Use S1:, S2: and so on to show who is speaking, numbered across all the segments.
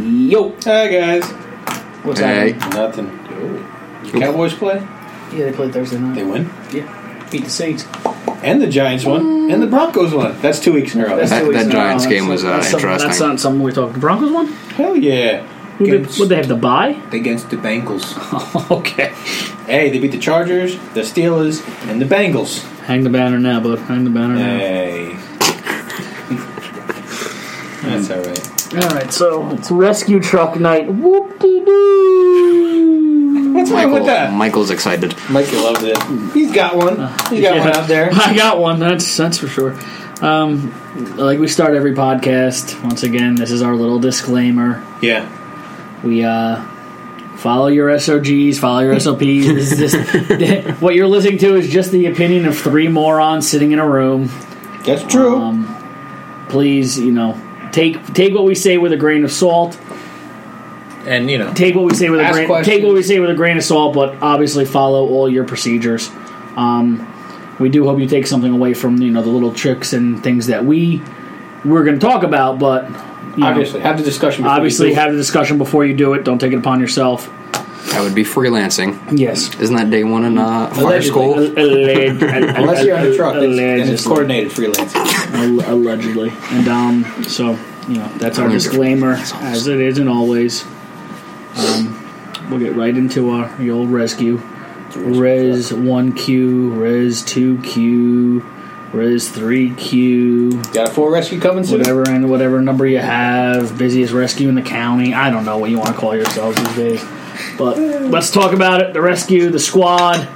S1: Yo.
S2: Hi guys. What's
S3: Hey.
S2: happening?
S4: Nothing.
S2: Cowboys play?
S1: Yeah, they played Thursday night.
S2: They win.
S1: yeah, beat the Saints.
S2: And the Giants
S1: Mm.
S2: won. And the Broncos won. That's two weeks in a row.
S1: That's
S3: That-
S1: two weeks
S3: that
S1: in a row.
S3: Giants
S1: That's-
S3: game was, uh,
S1: that's some-
S3: interesting.
S1: That's not something we're talking. The Broncos one?
S2: Hell yeah.
S1: Would they,
S2: Against-
S1: would they have to buy?
S4: Against the Bengals.
S1: okay.
S2: Hey, they beat the Chargers, the Steelers, and the Bengals.
S1: Hang the banner now, bud. Hang the banner
S2: Hey. That's all right.
S1: now. All right, so it's rescue truck night. Whoop de doo.
S2: What's wrong with that?
S3: Michael's excited.
S2: Mikey loves it. He's got one.
S1: Uh,
S2: He's got one out there.
S1: I got one. That's that's for sure. Um, like we start every podcast. Once again, this is our little disclaimer.
S2: Yeah.
S1: We uh, follow your SOGs, follow your SOPs. This is just, what you're listening to is just the opinion of three morons sitting in a room.
S2: That's true.
S1: Um, Please, you know, take take what we say with a grain of salt.
S2: and, you know.
S1: Take what we say with a
S2: Ask
S1: grain
S2: questions.
S1: take what we say with a grain of salt, but obviously follow all your procedures. Um, we do hope you take something away from you know the little tricks and things that we we're going to talk about, but you know,
S2: Obviously, have the discussion. before
S1: obviously
S2: you do it.
S1: have the discussion before you do it. Don't take it upon yourself.
S3: That would be freelancing.
S1: Yes.
S3: Isn't that day one in uh, fire
S2: Allegedly.
S3: school?
S1: Alleg-
S2: Unless you're on a truck, it's, and it's
S1: allegedly,
S2: coordinated freelancing.
S1: Al- allegedly, and um, so you know that's our disclaimer, as it is and always. Um, we'll get right into our the old rescue. Res one Q, Res two Q, Res three Q,
S2: Got a full rescue coming soon.
S1: whatever and whatever number you have, busiest rescue in the county. I don't know what you want to call yourselves these days, but let's talk about it. The rescue, the squad.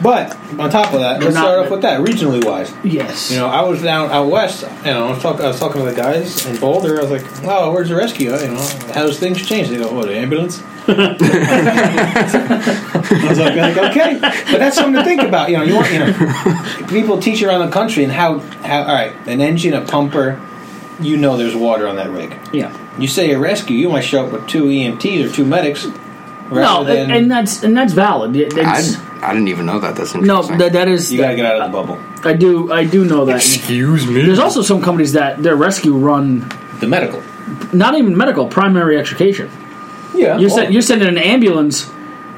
S2: But on top of that,
S1: They're
S2: let's start
S1: not-
S2: off with that regionally wise.
S1: Yes.
S2: You know, I was down out west, and I was talking. I was talking to the guys in Boulder. I was like, "Wow, where's the rescue? You know, how's things changed?" They go, "Oh, the ambulance." I was like, like, "Okay," but that's something to think about. You know, you want you know, people teach around the country and how how all right, an engine, a pumper, you know, there's water on that rig.
S1: yeah.
S2: You say a rescue, you might show up with two EMTs or two medics.
S1: No,
S2: rather than
S1: and, and that's and that's valid. Yeah,
S3: I,
S1: It's,
S3: I didn't even know that. That's
S1: no,
S3: interesting.
S1: that, that is.
S2: you gotta get out of the bubble.
S1: I do. I do know that.
S3: Excuse me.
S1: There's also some companies that their rescue run
S2: The medical.
S1: not even medical, primary extrication.
S2: Yeah,
S1: You're, sen- you're sending an ambulance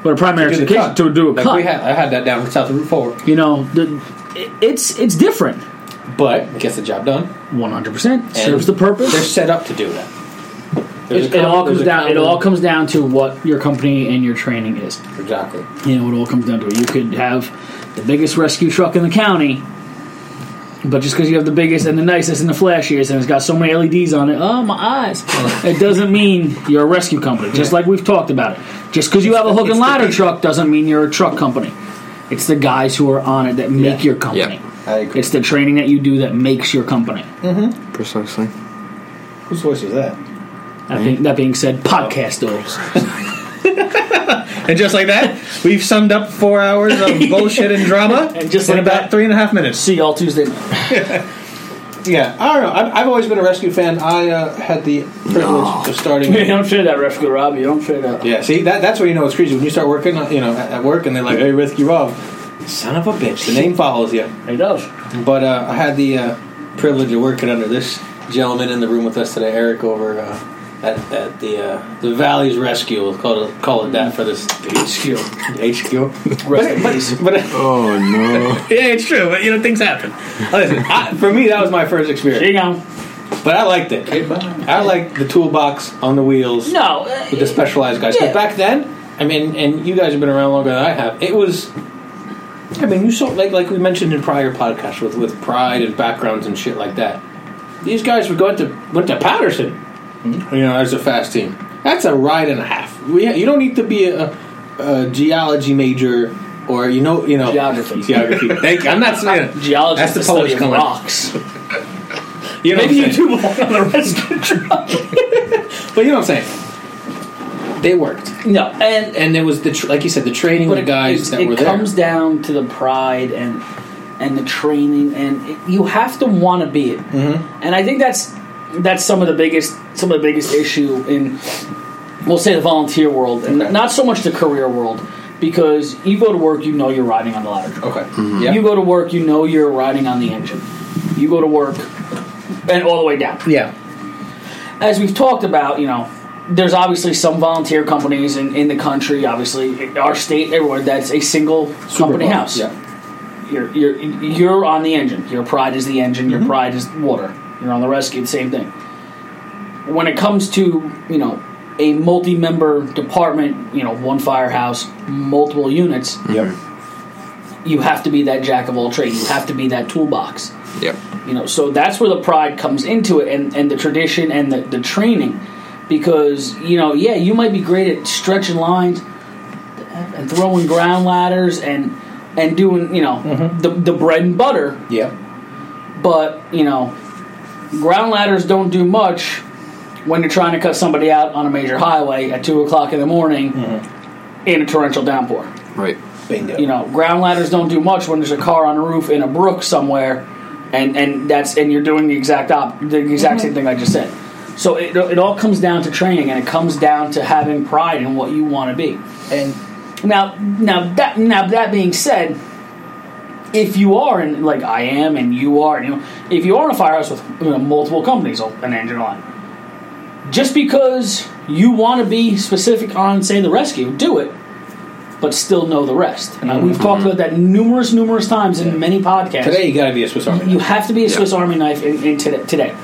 S1: with a primary
S2: Oh. do the
S1: extrication
S2: cut.
S1: to do a
S2: Like
S1: cut.
S2: we had, I had that down south of Route Four,
S1: you know, the, it- it's it's different.
S2: but gets the job done.
S1: 100 percent serves the
S2: They're
S1: purpose.
S2: set up to do that. There's
S1: It,
S2: a
S1: it all
S2: com- there's
S1: comes
S2: a
S1: down. It
S2: common-
S1: all comes down to what your company and your training is.
S2: exactly.
S1: you know, it all comes down to it. You could have the biggest rescue truck in the county, but just because you have the biggest and the nicest and the flashiest and it's got so many LEDs on it, oh my eyes, it doesn't mean you're a rescue company. Just like we've talked about it, just because you have a hook and ladder truck doesn't mean you're a truck company. It's the guys who are on it that make
S2: Yeah.
S1: your company.
S2: I agree.
S1: It's the training that you do that makes your company.
S3: Precisely.
S2: Whose voice was that?
S1: That, being, that being said, podcast over.
S2: And just like that, we've summed up four hours of bullshit and drama
S1: And just
S2: in
S1: like
S2: about
S1: that-
S2: three and a half minutes.
S1: See y'all Tuesday night.
S2: Yeah, I don't know. I've, I've always been a rescue fan. I uh, had the privilege of starting.
S1: You don't say that, Rescue Rob. You don't say that.
S2: Yeah, see, that, that's where you know it's crazy when you start working. uh, You know, at, at work, and they're like, "Hey, Risky Rob, son of a bitch." The name follows you.
S1: It does.
S2: But uh, I had the uh, privilege of working under this gentleman in the room with us today, Eric, over uh, at, at the uh, the Valley's Rescue. We'll call it, call it that for this HQ. HQ. But, but, but-
S3: Oh no.
S2: yeah, it's true. But you know, things happen. Listen, I, for me, that was my first
S1: There you
S2: experience,
S1: go.
S2: but I liked it. I liked the toolbox on the wheels
S1: No. uh,
S2: with the specialized guys. 'Cause
S1: Yeah.
S2: back then, I mean, and you guys have been around longer than I have. It was, I mean, you saw like like we mentioned in prior podcasts with with pride and backgrounds and shit like that. These guys were going to went to Patterson,
S1: Mm-hmm.
S2: you know, as a fast team. That's a ride and a half. We, you don't need to be a, a geology major or you know you know
S1: Geography.
S2: Geography. Thank you. I'm not saying it.
S1: Geology
S2: That's
S1: That's
S2: the
S1: the study
S2: Polish
S1: of
S2: coming.
S1: rocks.
S2: You know
S1: Maybe you
S2: what I'm
S1: do belong on the rescue truck.
S2: saying? But you know what I'm saying. They worked,
S1: No, and,
S2: and there was the tr- like you said the training
S1: but
S2: with the guys
S1: it,
S2: that
S1: it
S2: were there.
S1: comes down to the pride and and the training, and it, you have to want to be it. Mm-hmm. And I think that's that's some of the biggest some of the biggest issue in we'll say the volunteer world, and
S2: Okay.
S1: not so much the career world, because you go to work, you know you're riding on the ladder truck.
S2: Okay. Yeah.
S1: You go to work, you know you're riding on the engine. You go to work, and all the way down.
S2: yeah.
S1: as we've talked about, you know, there's obviously some volunteer companies in, in the country, obviously our state, everywhere. That's a single company
S2: Bowl.
S1: house.
S2: Yeah.
S1: You're you're you're on the engine. Your pride is the engine.
S2: Mm-hmm.
S1: Your pride is water. You're on the rescue. Same thing. When it comes to you know a multi-member department, you know one firehouse, multiple units,
S2: Yep.
S1: you have to be that jack of all trades. You have to be that toolbox
S3: Yep.
S1: you know so that's where the pride comes into it and, and the tradition and the, the training because you know yeah you might be great at stretching lines and throwing ground ladders and and doing you know the, the bread and butter
S2: Yep.
S1: but you know ground ladders don't do much when you're trying to cut somebody out on a major highway at 2 o'clock in the morning in a torrential downpour
S3: Right.
S2: Bingo.
S1: you know, ground ladders don't do much when there's a car on a roof in a brook somewhere, and and that's and you're doing the exact op the exact same thing I just said. So it it all comes down to training, and it comes down to having pride in what you want to be.
S2: and
S1: Now, now that now that being said, if you are in like I am, and you are, you know, if you are in a firehouse with you know, multiple companies, oh, an engine line, just because you want to be specific on say the rescue, do it, but still know the rest. And uh, we've talked about that numerous, numerous times in many podcasts.
S2: today you got to be a Swiss Army.
S1: you
S2: knife.
S1: have to be a Swiss Army knife in, in today, today,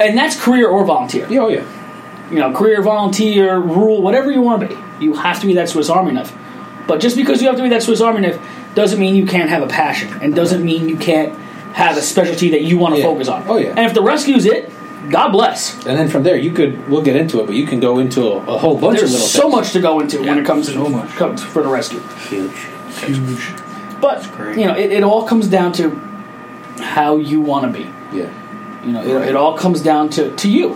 S1: and that's career or volunteer
S2: yeah, oh yeah.
S1: you know, career, volunteer, rule, whatever you want to be. You have to be that Swiss Army knife. But just because you have to be that Swiss Army knife doesn't mean you can't have a passion and doesn't mean you can't have a specialty that you want to
S2: Yeah.
S1: focus on.
S2: Oh, yeah.
S1: And if the rescue's it, God bless.
S2: And then from there you could we'll get into it, but you can go into a, a whole bunch of
S1: There's
S2: little
S1: so
S2: things.
S1: much to go into when it comes to
S2: so much.
S1: comes for the rescue.
S2: huge.
S1: But
S3: great.
S1: you know, it, it all comes down to how you want to be.
S2: Yeah.
S1: You know, it, it all comes down to, to you.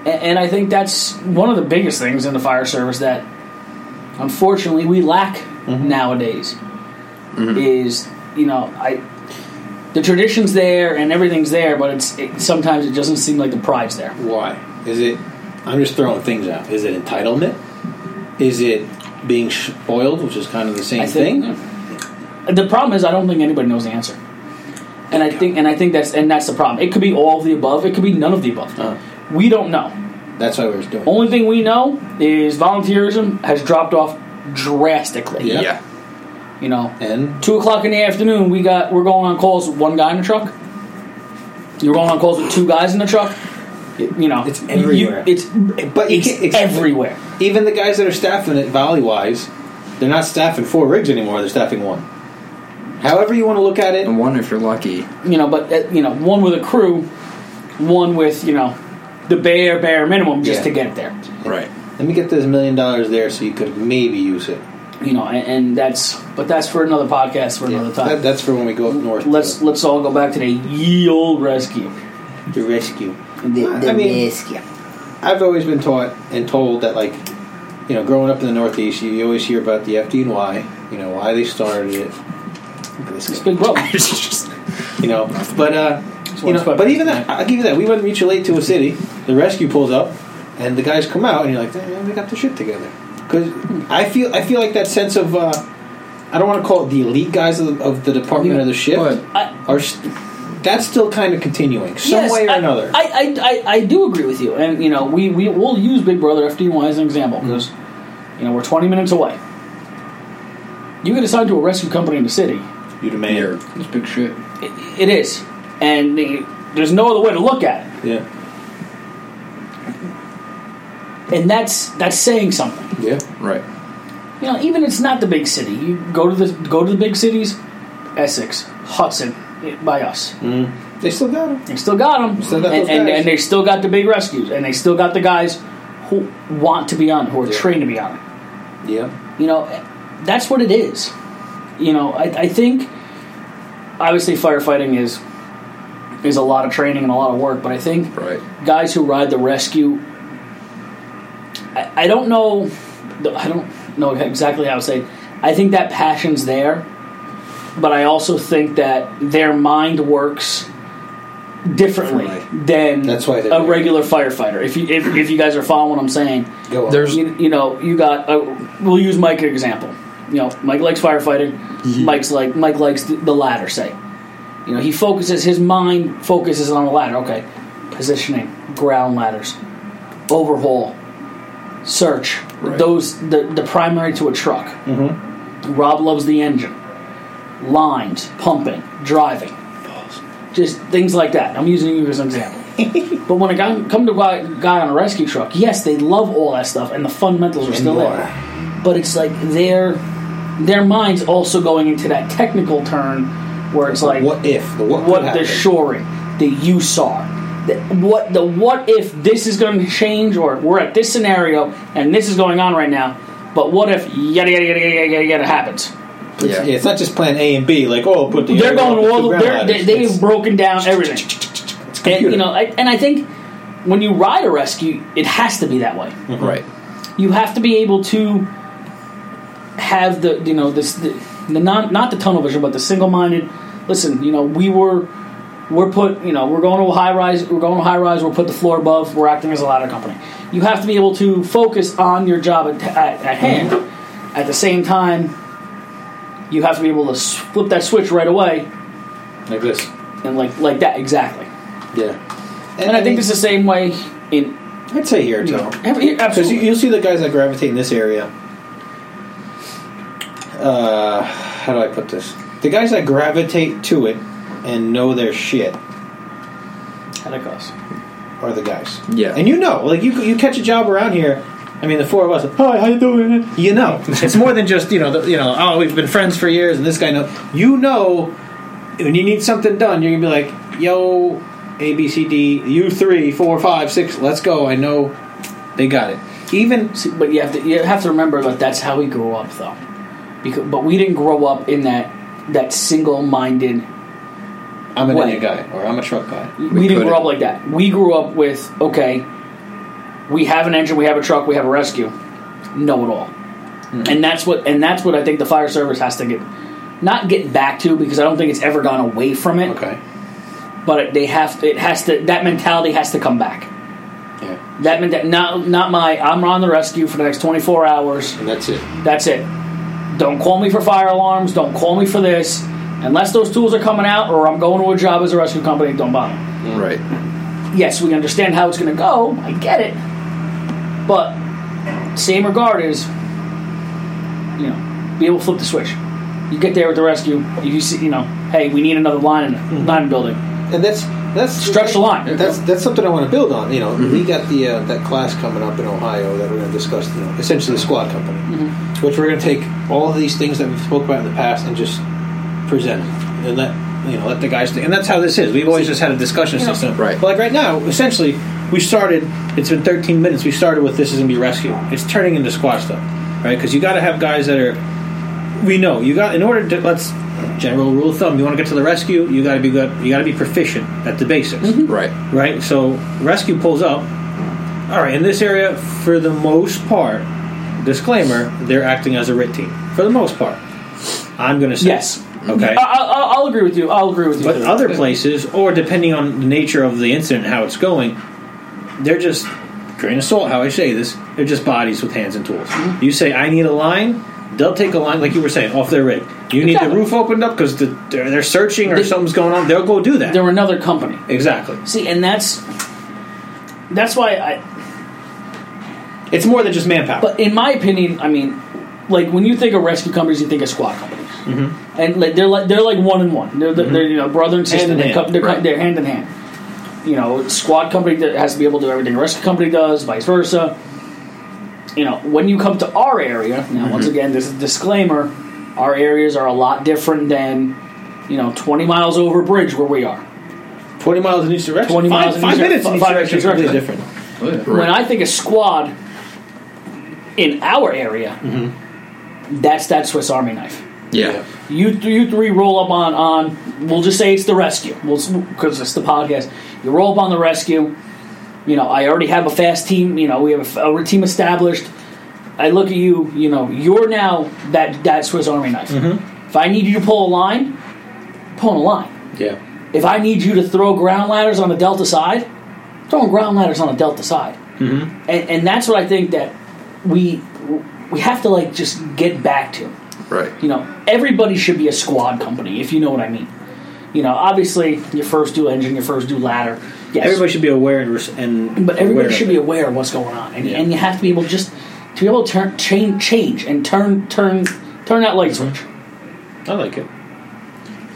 S1: And, and I think that's one of the biggest things in the fire service that unfortunately we lack nowadays is, you know, I the tradition's there and everything's there, but it's it, sometimes it doesn't seem like the pride's there.
S2: Why? Is it? I'm just throwing things out. Is it entitlement? Is it being spoiled, which is kind of the same
S1: I think
S2: thing?
S1: the problem is I don't think anybody knows the answer. And I think and I think that's and that's the problem. It could be all of the above, it could be none of the above.
S2: Uh,
S1: We don't know.
S2: that's why we were doing.
S1: Only thing we know is volunteerism has dropped off drastically.
S2: Yeah.
S3: Yeah.
S1: You know,
S2: And
S1: two o'clock in the afternoon, we got we're going on calls with one guy in the truck. You're going on calls with two guys in the truck. You, you know,
S2: It's
S1: you-
S2: everywhere.
S1: it's
S2: but you
S1: it's
S2: can't, it's-
S1: everywhere.
S2: Even the guys that are staffing it volley wise, they're not staffing four rigs anymore. They're staffing one. However you want to look at it.
S3: And one if you're lucky.
S1: You know, but uh, you know, one with a crew, one with you know, the bare bare minimum just
S2: Yeah.
S1: to get it there.
S3: Right.
S2: Let me get this million dollars there so you could maybe use it.
S1: You know, and, and that's but that's for another podcast for another time.
S2: That, that's for when we go up north.
S1: let's
S2: to,
S1: let's all go back to the ye old rescue.
S2: to rescue.
S4: The,
S2: I
S4: the
S2: mean-
S4: rescue.
S2: I've always been taught and told that, like, you know, growing up in the Northeast, you always hear about the FD and Y. You know, why they started it.
S1: It's
S2: This
S1: a
S2: is-
S1: big problem.
S2: You know, but uh, you
S1: one
S2: know,
S1: spot.
S2: but even that, I'll give you that. We went mutual aid to a city. The rescue pulls up, and the guys come out, and you're like, "Damn, they got their shit together. Because I feel, I feel like that sense of, uh, I don't want to call it the elite guys of, of the department or the ship.
S3: But
S1: I-
S2: are st- that's still kind of continuing some
S1: Yes,
S2: way or
S1: I,
S2: another.
S1: I, I, I, I do agree with you, and you know we we will use Big Brother FDY as an example because you know we're 20 minutes away. You get assigned to a rescue company in the city.
S2: you the mayor.
S3: it's big shit.
S1: It, it is, and the, there's no other way to look at it.
S2: Yeah,
S1: And that's that's saying something.
S2: yeah.
S3: Right.
S1: You know, even it's not the big city. You go to the go to the big cities, Essex, Hudson, eh, by us.
S2: Mm-hmm. They still got him.
S1: They still got them,
S2: Still
S1: and,
S2: got those
S1: and,
S2: guys.
S1: and they still got the big rescues, and they still got the guys who want to be on, it, who are
S2: Yeah.
S1: trained to be on. it.
S2: Yeah,
S1: you know that's what it is you know I, I think obviously firefighting is is a lot of training and a lot of work but i think
S3: Right.
S1: guys who ride the rescue i, I don't know i don't know exactly how to say it. i think that passion's there but i also think that their mind works differently
S2: Differently.
S1: than
S2: That's why they're
S1: a
S2: there.
S1: regular firefighter if you if, if you guys are following what i'm saying
S2: go on.
S3: There's
S1: you, you know, you got. Uh, we'll use Mike as an example. You know, Mike likes firefighting. Mike's like Mike likes the, the ladder. Say, you know, he focuses his mind focuses on the ladder. Okay, positioning, ground ladders, overhaul, search.
S5: Right.
S1: Those the the primary to a truck. Mm-hmm. Rob loves the engine, lines, pumping, driving, just things like that. I'm using you as an example. but when a guy come to guy, guy on a rescue truck, yes, they love all that stuff, and the fundamentals are still
S3: more.
S1: there. But it's like their their mind's also going into that technical turn where it's like
S2: What if? The what?
S1: what
S2: could
S1: the
S2: happen?
S1: shoring, the use are, the, what the what if this is going to change, or we're at this scenario and this is going on right now, but what if yada yada yada yada yada, yada happens?
S2: Yeah. it's not just plan A and B. Like oh, put the
S1: they're going all
S2: the
S1: they're, they, they've broken down everything, and you
S2: computer.
S1: know, I, and I think when you ride a rescue, it has to be that way.
S3: Right.
S1: You have to be able to have the you know this the, the non, not the tunnel vision, but the single minded. Listen, you know, we were we're put you know we're going to a high rise we're going to a high rise we're put the floor above we're acting as a ladder company you have to be able to focus on your job at, at, at hand at the same time you have to be able to s- flip that switch right away
S5: like this.
S1: and like like that exactly
S5: Yeah,
S1: and i think it's the same way in
S2: I'd say here
S1: you
S2: too.
S1: know, every,
S2: Because you,
S1: absolutely
S2: you'll see the guys that gravitate in this area. Uh, how do I put this? The guys that gravitate to it and know their shit
S1: How'd it cost?
S2: are the guys.
S3: Yeah.
S2: and you know, like you you catch a job around here. I mean, the four of us. Hi, how you doing? You know, it's more than just you know, the, you know. Oh, we've been friends for years, and this guy knows. You know, when you need something done, you're gonna be like, yo, A, B, C, D, you three, four, five, six. Let's go. I know they got it. Even
S1: See, but you have to you have to remember that that's how we grew up though. Because but we didn't grow up in that that single minded.
S2: I'm an
S1: What?
S2: engine guy or I'm a truck guy.
S1: We, didn't grow
S3: couldn't.
S1: up like that. We grew up with okay. We have an engine. We have a truck. We have a rescue. Know it all, and that's what and that's what I think the fire service has to get not get back to because I don't think it's ever gone away from it.
S2: Okay.
S1: But it, they have to, it has to that mentality has to come back.
S2: Yeah.
S1: That meant not not my I'm on the rescue for the next 24 hours.
S2: And that's it.
S1: That's it. Don't call me for fire alarms. Don't call me for this. Unless those tools are coming out or I'm going to a job as a rescue company, don't bother.
S3: Right.
S1: Yes, we understand how it's going to go. I get it. But same regard is, you know, be able to flip the switch. You get there with the rescue. You see, you know, hey, we need another line in
S2: Mm-hmm.
S1: the line in the building.
S2: And that's that's
S1: Stretch the line.
S2: That's that's something I want to build on. You know, we got the uh, that class coming up in Ohio that we're going to discuss. You know, essentially squad company,
S1: Mm-hmm.
S2: which we're going to take all of these things that we've spoke about in the past and just present them and let you know let the guys. Think. And that's how this is. We've always just had a discussion system,
S3: Right.
S2: But like right now, essentially, we started. It's been 13 minutes. We started with this is going to be rescue. It's turning into squad stuff, right? Because you got to have guys that are we know you got in order to let's general rule of thumb you want to get to the rescue you got to be good you got to be proficient at the basics
S3: Right.
S2: right so rescue pulls up all right in this area for the most part disclaimer they're acting as a writ team for the most part i'm going to say
S1: Yes.
S2: okay
S1: I, I, I'll agree with you. I'll agree with you.
S2: but other places or depending on the nature of the incident how it's going they're just grain of salt how i say this they're just bodies with hands and tools
S1: Mm-hmm.
S2: you say i need a line they'll take a line like you were saying off their rig you need
S1: Exactly.
S2: the roof opened up because the, they're, they're searching or
S1: They-
S2: something's going on they'll go do that
S1: they're another company.
S2: exactly
S1: See, and that's that's why I,
S2: it's more than just manpower
S1: But in my opinion, I mean, like when you think of rescue companies, you think of squad companies, mm-hmm. and like they're like they're like one and one. They're, they're, they're you know brother and sister.
S2: Mm-hmm. Hand in
S1: they
S2: hand,
S1: come, they're, co-
S3: right.
S1: they're hand in hand. You know, squad company that has to be able to do everything a rescue company does, vice versa. You know, when you come to our area, now once
S2: Mm-hmm.
S1: again, this is a disclaimer: our areas are a lot different than you know twenty miles over a bridge where we are.
S2: 20 miles in each direction
S1: 20
S2: Five-
S1: miles in
S2: five
S1: each-
S2: minutes in each
S1: five
S2: direction is
S1: minutes in each
S2: completely different
S1: When I think of squad in our area,
S2: Mm-hmm.
S1: that's that Swiss Army knife.
S3: Yeah.
S1: You you three roll up on on. We'll just say it's the rescue. We'll because it's the podcast. You roll up on the rescue. You know, I already have a fast team. You know, we have a, a team established. I look at you. You know, you're now that that Swiss Army knife. If I need you to pull a line, pulling a line.
S2: yeah
S1: If I need you to throw ground ladders on the Delta side, throwing ground ladders on the Delta side. Mm-hmm. And and that's what I think that we we have to like just get back to
S3: Right.
S1: you know, everybody should be a squad company, if you know what I mean. You know, obviously, your first do engine, your first do ladder, Yes.
S2: Everybody should be aware and, res- and
S1: But everybody
S2: aware of
S1: should
S2: it.
S1: be aware of what's going on, and,
S2: Yeah.
S1: and you have to be able to just to be able to turn change, change and turn turn turn that light switch.
S2: I like it.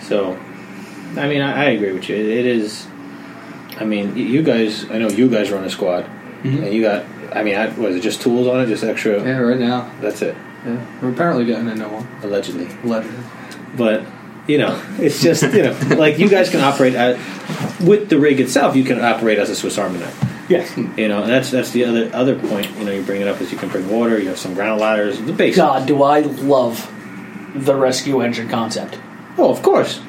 S2: So, I mean, I, I agree with you. It, it is. I mean, y- you guys. I know you guys run a squad, and you got. I mean, I, was it just tools on it? Just extra.
S6: Yeah, right now.
S2: That's it,
S6: Yeah. We're apparently getting into one.
S2: allegedly.
S6: Allegedly.
S2: But you know, it's just you know, like you guys can operate at, with the rig itself. You can operate as a Swiss Army knife.
S1: Yes.
S2: You know, and that's that's the other other point. You know, you bring it up is you can bring water. You have some ground ladders. The base.
S1: God, do I love the rescue engine concept?
S2: Oh, of course.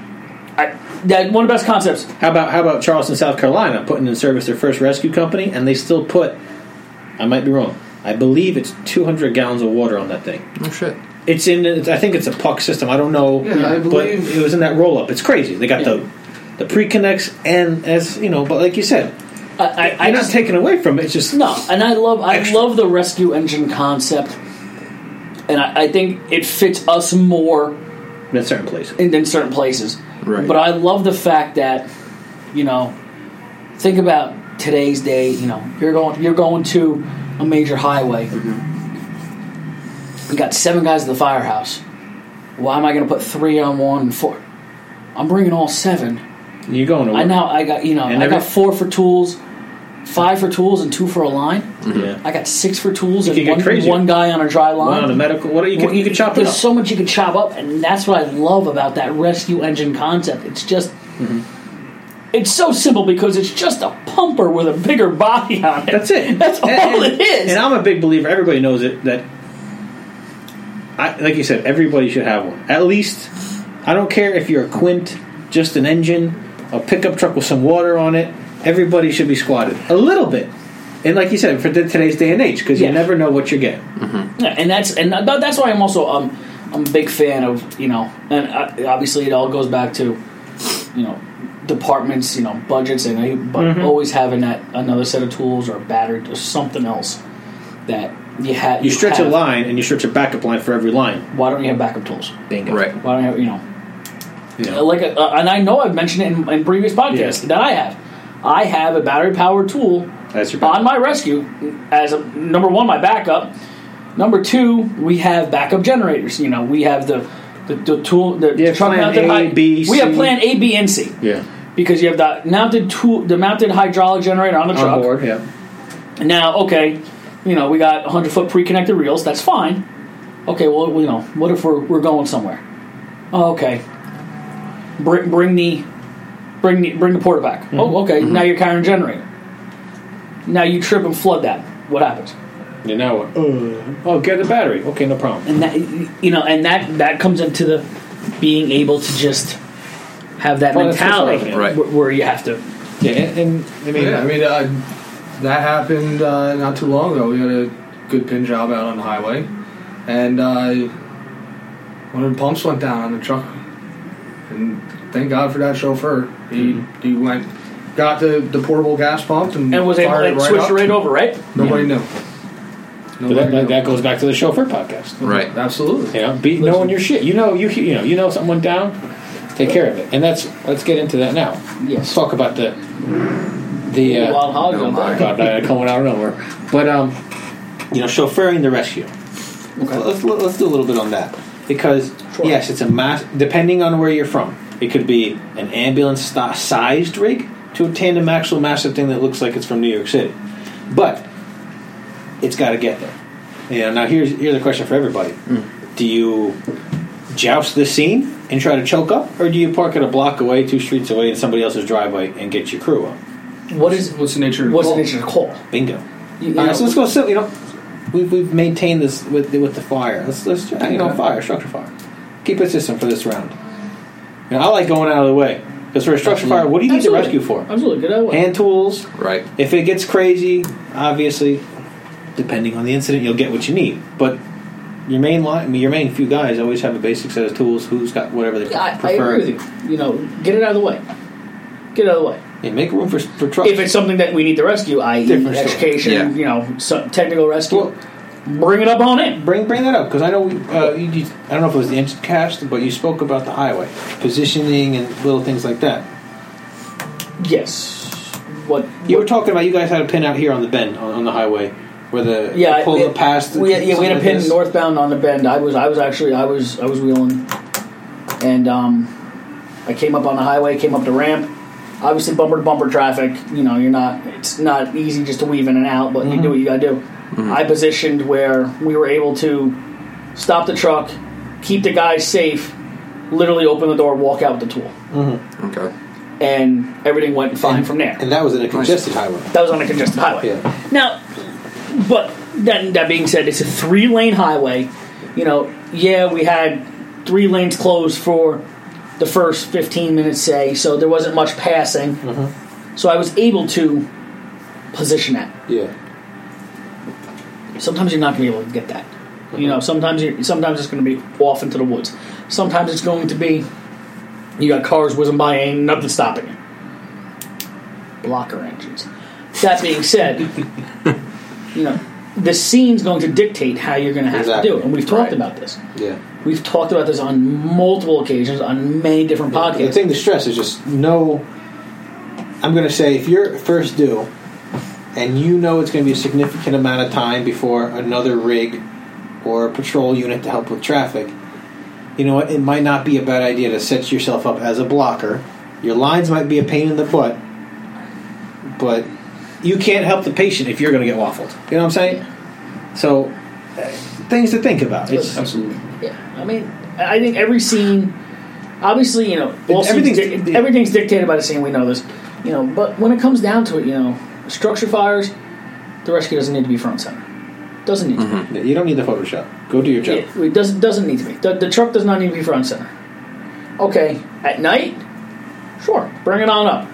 S1: I, that one of the best concepts.
S2: How about how about Charleston, South Carolina, putting in service their first rescue company, and they still put. I might be wrong. I believe it's 200 gallons of water on that thing.
S6: Oh, shit.
S2: It's in. It's, I think it's a puck system. I don't know.
S6: Yeah, I believe-
S2: But it was in that roll up. It's crazy. They got
S1: Yeah.
S2: the the pre connects and as you know, but like you said,
S1: I, I,
S2: you're
S1: I
S2: not
S1: just,
S2: taking away from it. It's just
S1: no, and I love I
S2: Extra.
S1: love the rescue engine concept, and I, I think it fits us more
S2: in certain places.
S1: in, in certain places.
S3: Right.
S1: But I love the fact that, you know, think about today's day. You know, you're going you're going to a major highway. You got seven guys at the firehouse. Why am I going to put three on one and four? I'm bringing all seven.
S2: You're going to
S1: I now I got you know
S2: And
S1: I
S2: every-
S1: got four for tools, five for tools and two for a line.
S2: yeah.
S1: I got six for tools
S2: can
S1: and
S2: get
S1: one,
S2: crazy.
S1: one guy on a dry line.
S2: One on a medical. What you
S1: Well,
S2: can you can chop it
S1: There's
S2: up.
S1: so much you can chop up, and that's what I love about that rescue engine concept. It's just, it's so simple because it's just a pumper with a bigger body on it.
S2: That's it.
S1: That's
S2: And-
S1: all
S2: and-
S1: it is.
S2: And I'm a big believer. Everybody knows it. That, I like you said, everybody should have one. At least, I don't care if you're a quint, just an engine, a pickup truck with some water on it. Everybody should be squatted a little bit. And like you said, for the, today's day and age, because
S1: Yeah. Mm-hmm.
S2: you never know what you're getting.
S1: Yeah, and that's and that- that's why I'm also um I'm a big fan of you know, and I, obviously it all goes back to you know departments, you know budgets, and they, but
S2: Mm-hmm.
S1: always having that another set of tools or a battery or something else that you have.
S2: You stretch
S1: have.
S2: a line and you stretch a backup line for every line.
S1: Why don't you have backup tools?
S2: Bingo.
S3: Right.
S1: Why don't you have you know?
S2: You know.
S1: like a, uh, and I know I've mentioned it in, in previous podcasts
S2: Yeah.
S1: that I have. I have a battery powered tool
S2: That's your
S1: on my rescue as a, number one my backup. Number two, we have backup generators. You know, we have the the, the tool the
S2: Yeah, plan
S1: mounted
S2: A,
S1: hy-
S2: B,
S1: We have
S2: C.
S1: plan A, B, and C
S2: Yeah.
S1: because you have the mounted tool the mounted hydraulic generator on the truck.
S2: On board. Yeah.
S1: Now, okay, you know, we got 100 foot pre connected reels, that's fine. Okay, well, you know, what if we're, we're going somewhere? Oh, okay. Bring, bring the. Bring the, bring the porter back.
S6: Mm-hmm.
S1: Oh, okay. Now you're carrying a generator. Now you trip and flood that. What happens?
S2: You know what?
S1: Uh.
S2: oh, get the battery. Okay, no problem.
S1: And that you know, and that that comes into the being able to just have that
S2: Well, that's what's
S1: mentality
S2: happening.
S3: Right.
S1: where, where you have to.
S2: Yeah, and, and I mean,
S6: Yeah, I mean, uh, that happened uh, not too long ago. We had a good pin job out on the highway, and uh, one of the pumps went down on the truck. And thank God for that chauffeur. He he went, got the, the portable gas pump and,
S1: And was able
S6: fired
S1: to
S6: it right
S1: switch
S6: up.
S1: right over, right?
S6: Nobody knew.
S2: But that,
S6: Nobody
S2: that, that goes back to the chauffeur podcast.
S3: Right.
S6: Absolutely.
S2: You know, be knowing your shit. You know, you you know, you know, something went down. Take care of it, and that's let's get into that now. Let's
S1: Yes.
S2: talk about the the uh,
S1: Wild hogs
S3: no,
S1: on
S3: Oh, my-
S1: that.
S2: God, I- I coming out of nowhere. But um, you know, chauffeuring the rescue. Let's, let's let's do a little bit on that because yes, it's a mass. Depending on where you're from, it could be an ambulance sti- sized rig to a tandem axle massive thing that looks like it's from New York City, but it's got to get there. You know, now here's here's a question for everybody: Do you joust the scene and try to choke up, or do you park it a block away, two streets away, in somebody else's driveway and get your crew up?
S1: What is
S6: What's the nature of
S1: what's the
S6: call?
S1: nature of the call?
S2: Bingo.
S1: You- you know,
S2: All right, so let's go. So you know, we've, we've maintained this with the, with the fire. Let's let's try, you know fire structure fire. Keep it system for this round. You know, I like going out of the way because for a structure fire, what do you need
S1: Absolutely.
S2: the rescue for?
S1: Absolutely, get out of the way.
S2: Hand tools.
S3: Right.
S2: If it gets crazy, obviously, depending on the incident, you'll get what you need. But your main line, I mean, your main few guys always have a basic set of tools. Who's got whatever they
S1: Yeah, I, I
S2: prefer?
S1: agree with you. You know, get it out of the way. Get it out of the way.
S2: Yeah, make room for for trucks.
S1: If it's something that we need to rescue, i.e.,
S2: Different story.
S1: education,
S3: Yeah.
S1: you know, some technical rescue,
S2: Well-
S1: bring it up on in.
S2: Bring bring that up because I know we, uh, you, you, I don't know if it was the engine cast, but you spoke about the highway positioning and little things like that.
S1: Yes, what
S2: You were talking about you guys had a pin out here on the bend on, on the highway where the
S1: yeah
S2: the pull
S1: it-
S2: the past.
S1: We had, yeah, we had a
S2: something like
S1: pin
S2: this.
S1: northbound on the bend. I was I was actually I was I was wheeling, and um, I came up on the highway, came up the ramp. Obviously, bumper to bumper traffic. You know, you're not. It's not easy just to weave in and out, but
S2: Mm-hmm.
S1: you do what you gotta do. I positioned where we were able to stop the truck, keep the guy safe, literally open the door, walk out with the tool,
S3: Okay.
S1: and everything went fine from there.
S2: and that was in a congested highway.
S1: That was on a congested highway.
S2: Yeah.
S1: Now, but that, that being said, it's a three lane highway. You know, yeah, we had three lanes closed for the first 15 minutes, say, so there wasn't much passing. So I was able to position that.
S2: Yeah.
S1: Sometimes you're not going to be able to get that. You know, sometimes you're, sometimes it's going to be off into the woods. Sometimes it's going to be you got cars whizzing by, ain't nothing stopping you. Blocker engines. That being said, you know, the scene's going to dictate how you're going to have
S2: Exactly.
S1: to do it, and we've talked
S3: Right.
S1: about this.
S2: Yeah.
S1: We've talked about this on multiple occasions on many different
S2: The
S1: podcasts.
S2: thing to stress is just no. I'm going to say if you're first due, and you know it's going to be a significant amount of time before another rig or a patrol unit to help with traffic, you know what? It might not be a bad idea to set yourself up as a blocker. Your lines might be a pain in the butt, but you can't help the patient if you're going to get waffled. You know what I'm saying? So, uh, things to think about. It's,
S6: Absolutely.
S1: Yeah, I mean, I I think every scene, obviously, you know, all everything's,
S2: Everything's
S1: scenes,
S2: di-
S1: di- everything's dictated by the scene. We know this, you know. But when it comes down to it, you know, structure fires, the rescue doesn't need to be front center. Doesn't need to
S2: you don't need the Photoshop. Go do your
S1: be.
S2: job.
S1: It, it doesn't doesn't need to be. The, the truck does not need to be front center. Okay, at night, sure, bring it on up.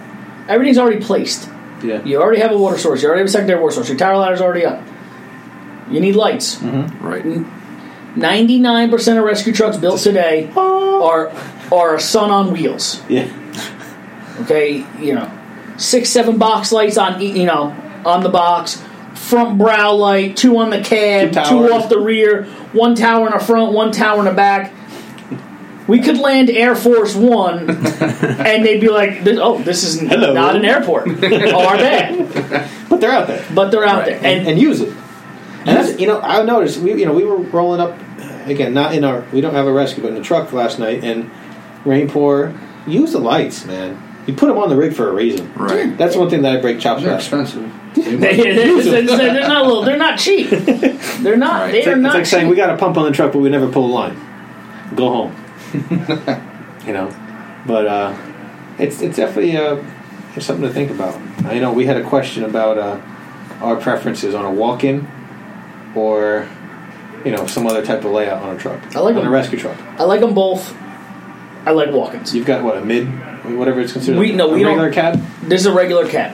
S1: Everything's already placed.
S2: Yeah.
S1: You already have a water source. You already have a secondary water source. Your tower ladder's already up. You need lights.
S2: Mm-hmm.
S3: Right.
S1: Ninety-nine percent of rescue trucks built today are are a sun on wheels.
S2: Yeah.
S1: Okay, you know, six, seven box lights on e- you know on the box, front brow light, two on the cab,
S2: Two
S1: two,
S2: towers.
S1: off the rear, one tower in the front, one tower in the back. We could land Air Force One, and they'd be like, "This- "Oh, this is
S2: Hello.
S1: not an airport, oh, are they?"
S2: But they're out there.
S1: But they're out
S3: Right.
S1: there,
S2: and, and use it. And that's you know I noticed we you know we were rolling up again not in our we don't have a rescue but in the truck last night and rain pour use the lights man you put them on the rig for a reason
S3: Right.
S2: that's one thing that I break chops
S6: They're
S2: about
S6: expensive.
S1: They, they're, they're not little. They're not cheap. They're not.
S3: Right.
S1: They
S2: it's
S1: are
S2: like, it's
S1: not.
S2: like saying
S1: cheap.
S2: we got a pump on the truck but we never pull a line go home you know but uh, it's it's definitely uh, it's something to think about I know we had a question about uh, our preferences on a walk-in or you know some other type of layout on a truck
S1: I like
S2: on
S1: them.
S2: a rescue truck
S1: I like them both. I like walk-ins.
S2: you've got what a mid whatever it's considered
S1: We- no,
S2: a
S1: we don't-
S2: regular cab
S1: This is a regular cab.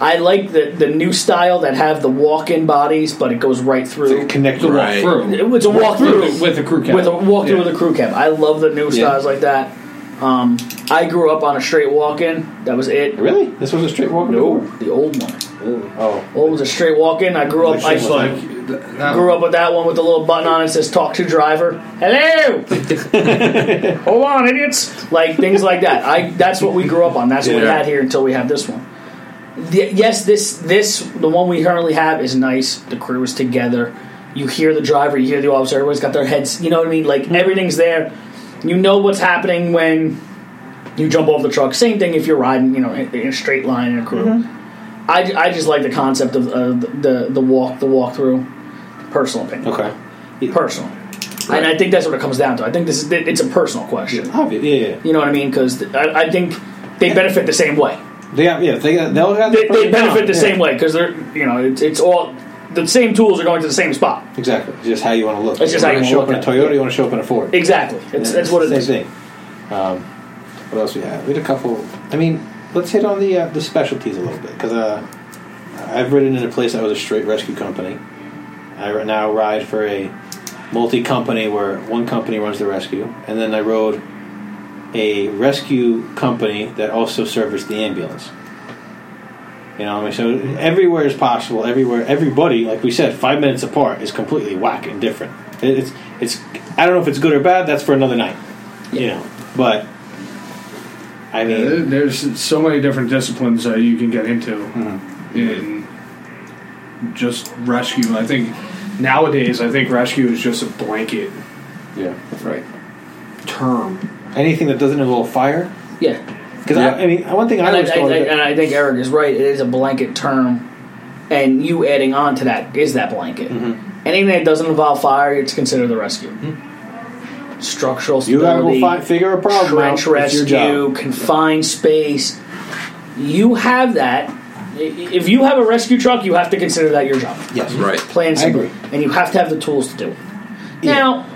S1: I like the the new style that have the walk-in bodies, but it goes right through.
S2: connect
S3: Right.
S6: True.
S1: It's a walk
S6: With,
S1: through
S6: with a crew cab.
S1: with a walk through
S6: Yeah.
S1: with a crew cab. I love the new
S2: Yeah.
S1: styles like that. Um, I grew up on a straight walk-in. That was it.
S2: really this was a straight walk
S1: No, the old one.
S2: oh
S1: Old was a straight walk-in. I grew up.
S2: Like
S1: I
S6: It's like th- that
S1: grew up with that one with the little button on it that says talk to driver hello hold on idiots like things like that i that's what we grew up on that's what we
S3: Yeah.
S1: had here until we have this one The- yes this this the one we currently have is nice the crew is together you hear the driver you hear the officer everybody's got their heads you know what i mean like everything's there you know what's happening when you jump off the truck same thing if you're riding you know in, in a straight line in a crew
S2: Mm-hmm.
S1: I, I just like the concept of uh, the the walk the walkthrough personal opinion
S2: okay
S1: personal. And I think that's what it comes down to. I think this is it's a personal question.
S2: obvious yeah, yeah.
S1: You know what I mean? Because I, I think they benefit the same way.
S2: they got yeah they got they'll have
S1: They, they benefit the
S2: yeah.
S1: same way because they're you know it's, it's all the same tools are going to the same spot.
S2: Exactly. It's just how you want to look.
S1: It's just how you
S2: want to show
S1: wanna
S2: up in a
S1: look
S2: Toyota. You want to show up in a Ford.
S1: Exactly. It's,
S2: Yeah,
S1: that's what it
S2: same
S1: is.
S2: thing. Um, what else we have? We had a couple. I mean, let's hit on the uh, the specialties a little bit because uh, I've ridden in a place that was a straight rescue company. I ri- now ride for a multi company where one company runs the rescue, and then I rode a rescue company that also serviced the ambulance. You know, I mean, so everywhere is possible. Everywhere, everybody, like we said, five minutes apart is completely whack and different. It- It's, it's. I don't know if it's good or bad. That's for another night. You know, but
S4: I
S6: Yeah,
S4: mean,
S6: there- there's so many different disciplines that you can get into Mm-hmm. in just rescue. I think nowadays, I think rescue is just a blanket
S2: Yeah.
S3: Right.
S6: term.
S4: anything that doesn't involve fire.
S1: Yeah.
S4: Because
S2: Yeah.
S4: I, I mean, one thing I
S1: And I,
S4: always
S1: I,
S4: thought.
S1: I,
S4: is that-
S1: and I think Eric is right. It is a blanket term, and you adding on to that is that blanket.
S4: Mm-hmm.
S1: Anything that doesn't involve fire, it's considered a rescue. Structural
S4: Mm-hmm. You gotta go
S1: stability,
S4: fi- figure a problem
S1: trench
S4: out. It's your
S1: rescue,
S4: job.
S1: confined space. You have that. I- If you have a rescue truck, you have to consider that your job.
S4: Yes.
S3: Right.
S1: Plain and
S4: I
S1: simple.
S4: agree.
S1: And you have to have the tools to do it.
S4: Yeah.
S1: Now,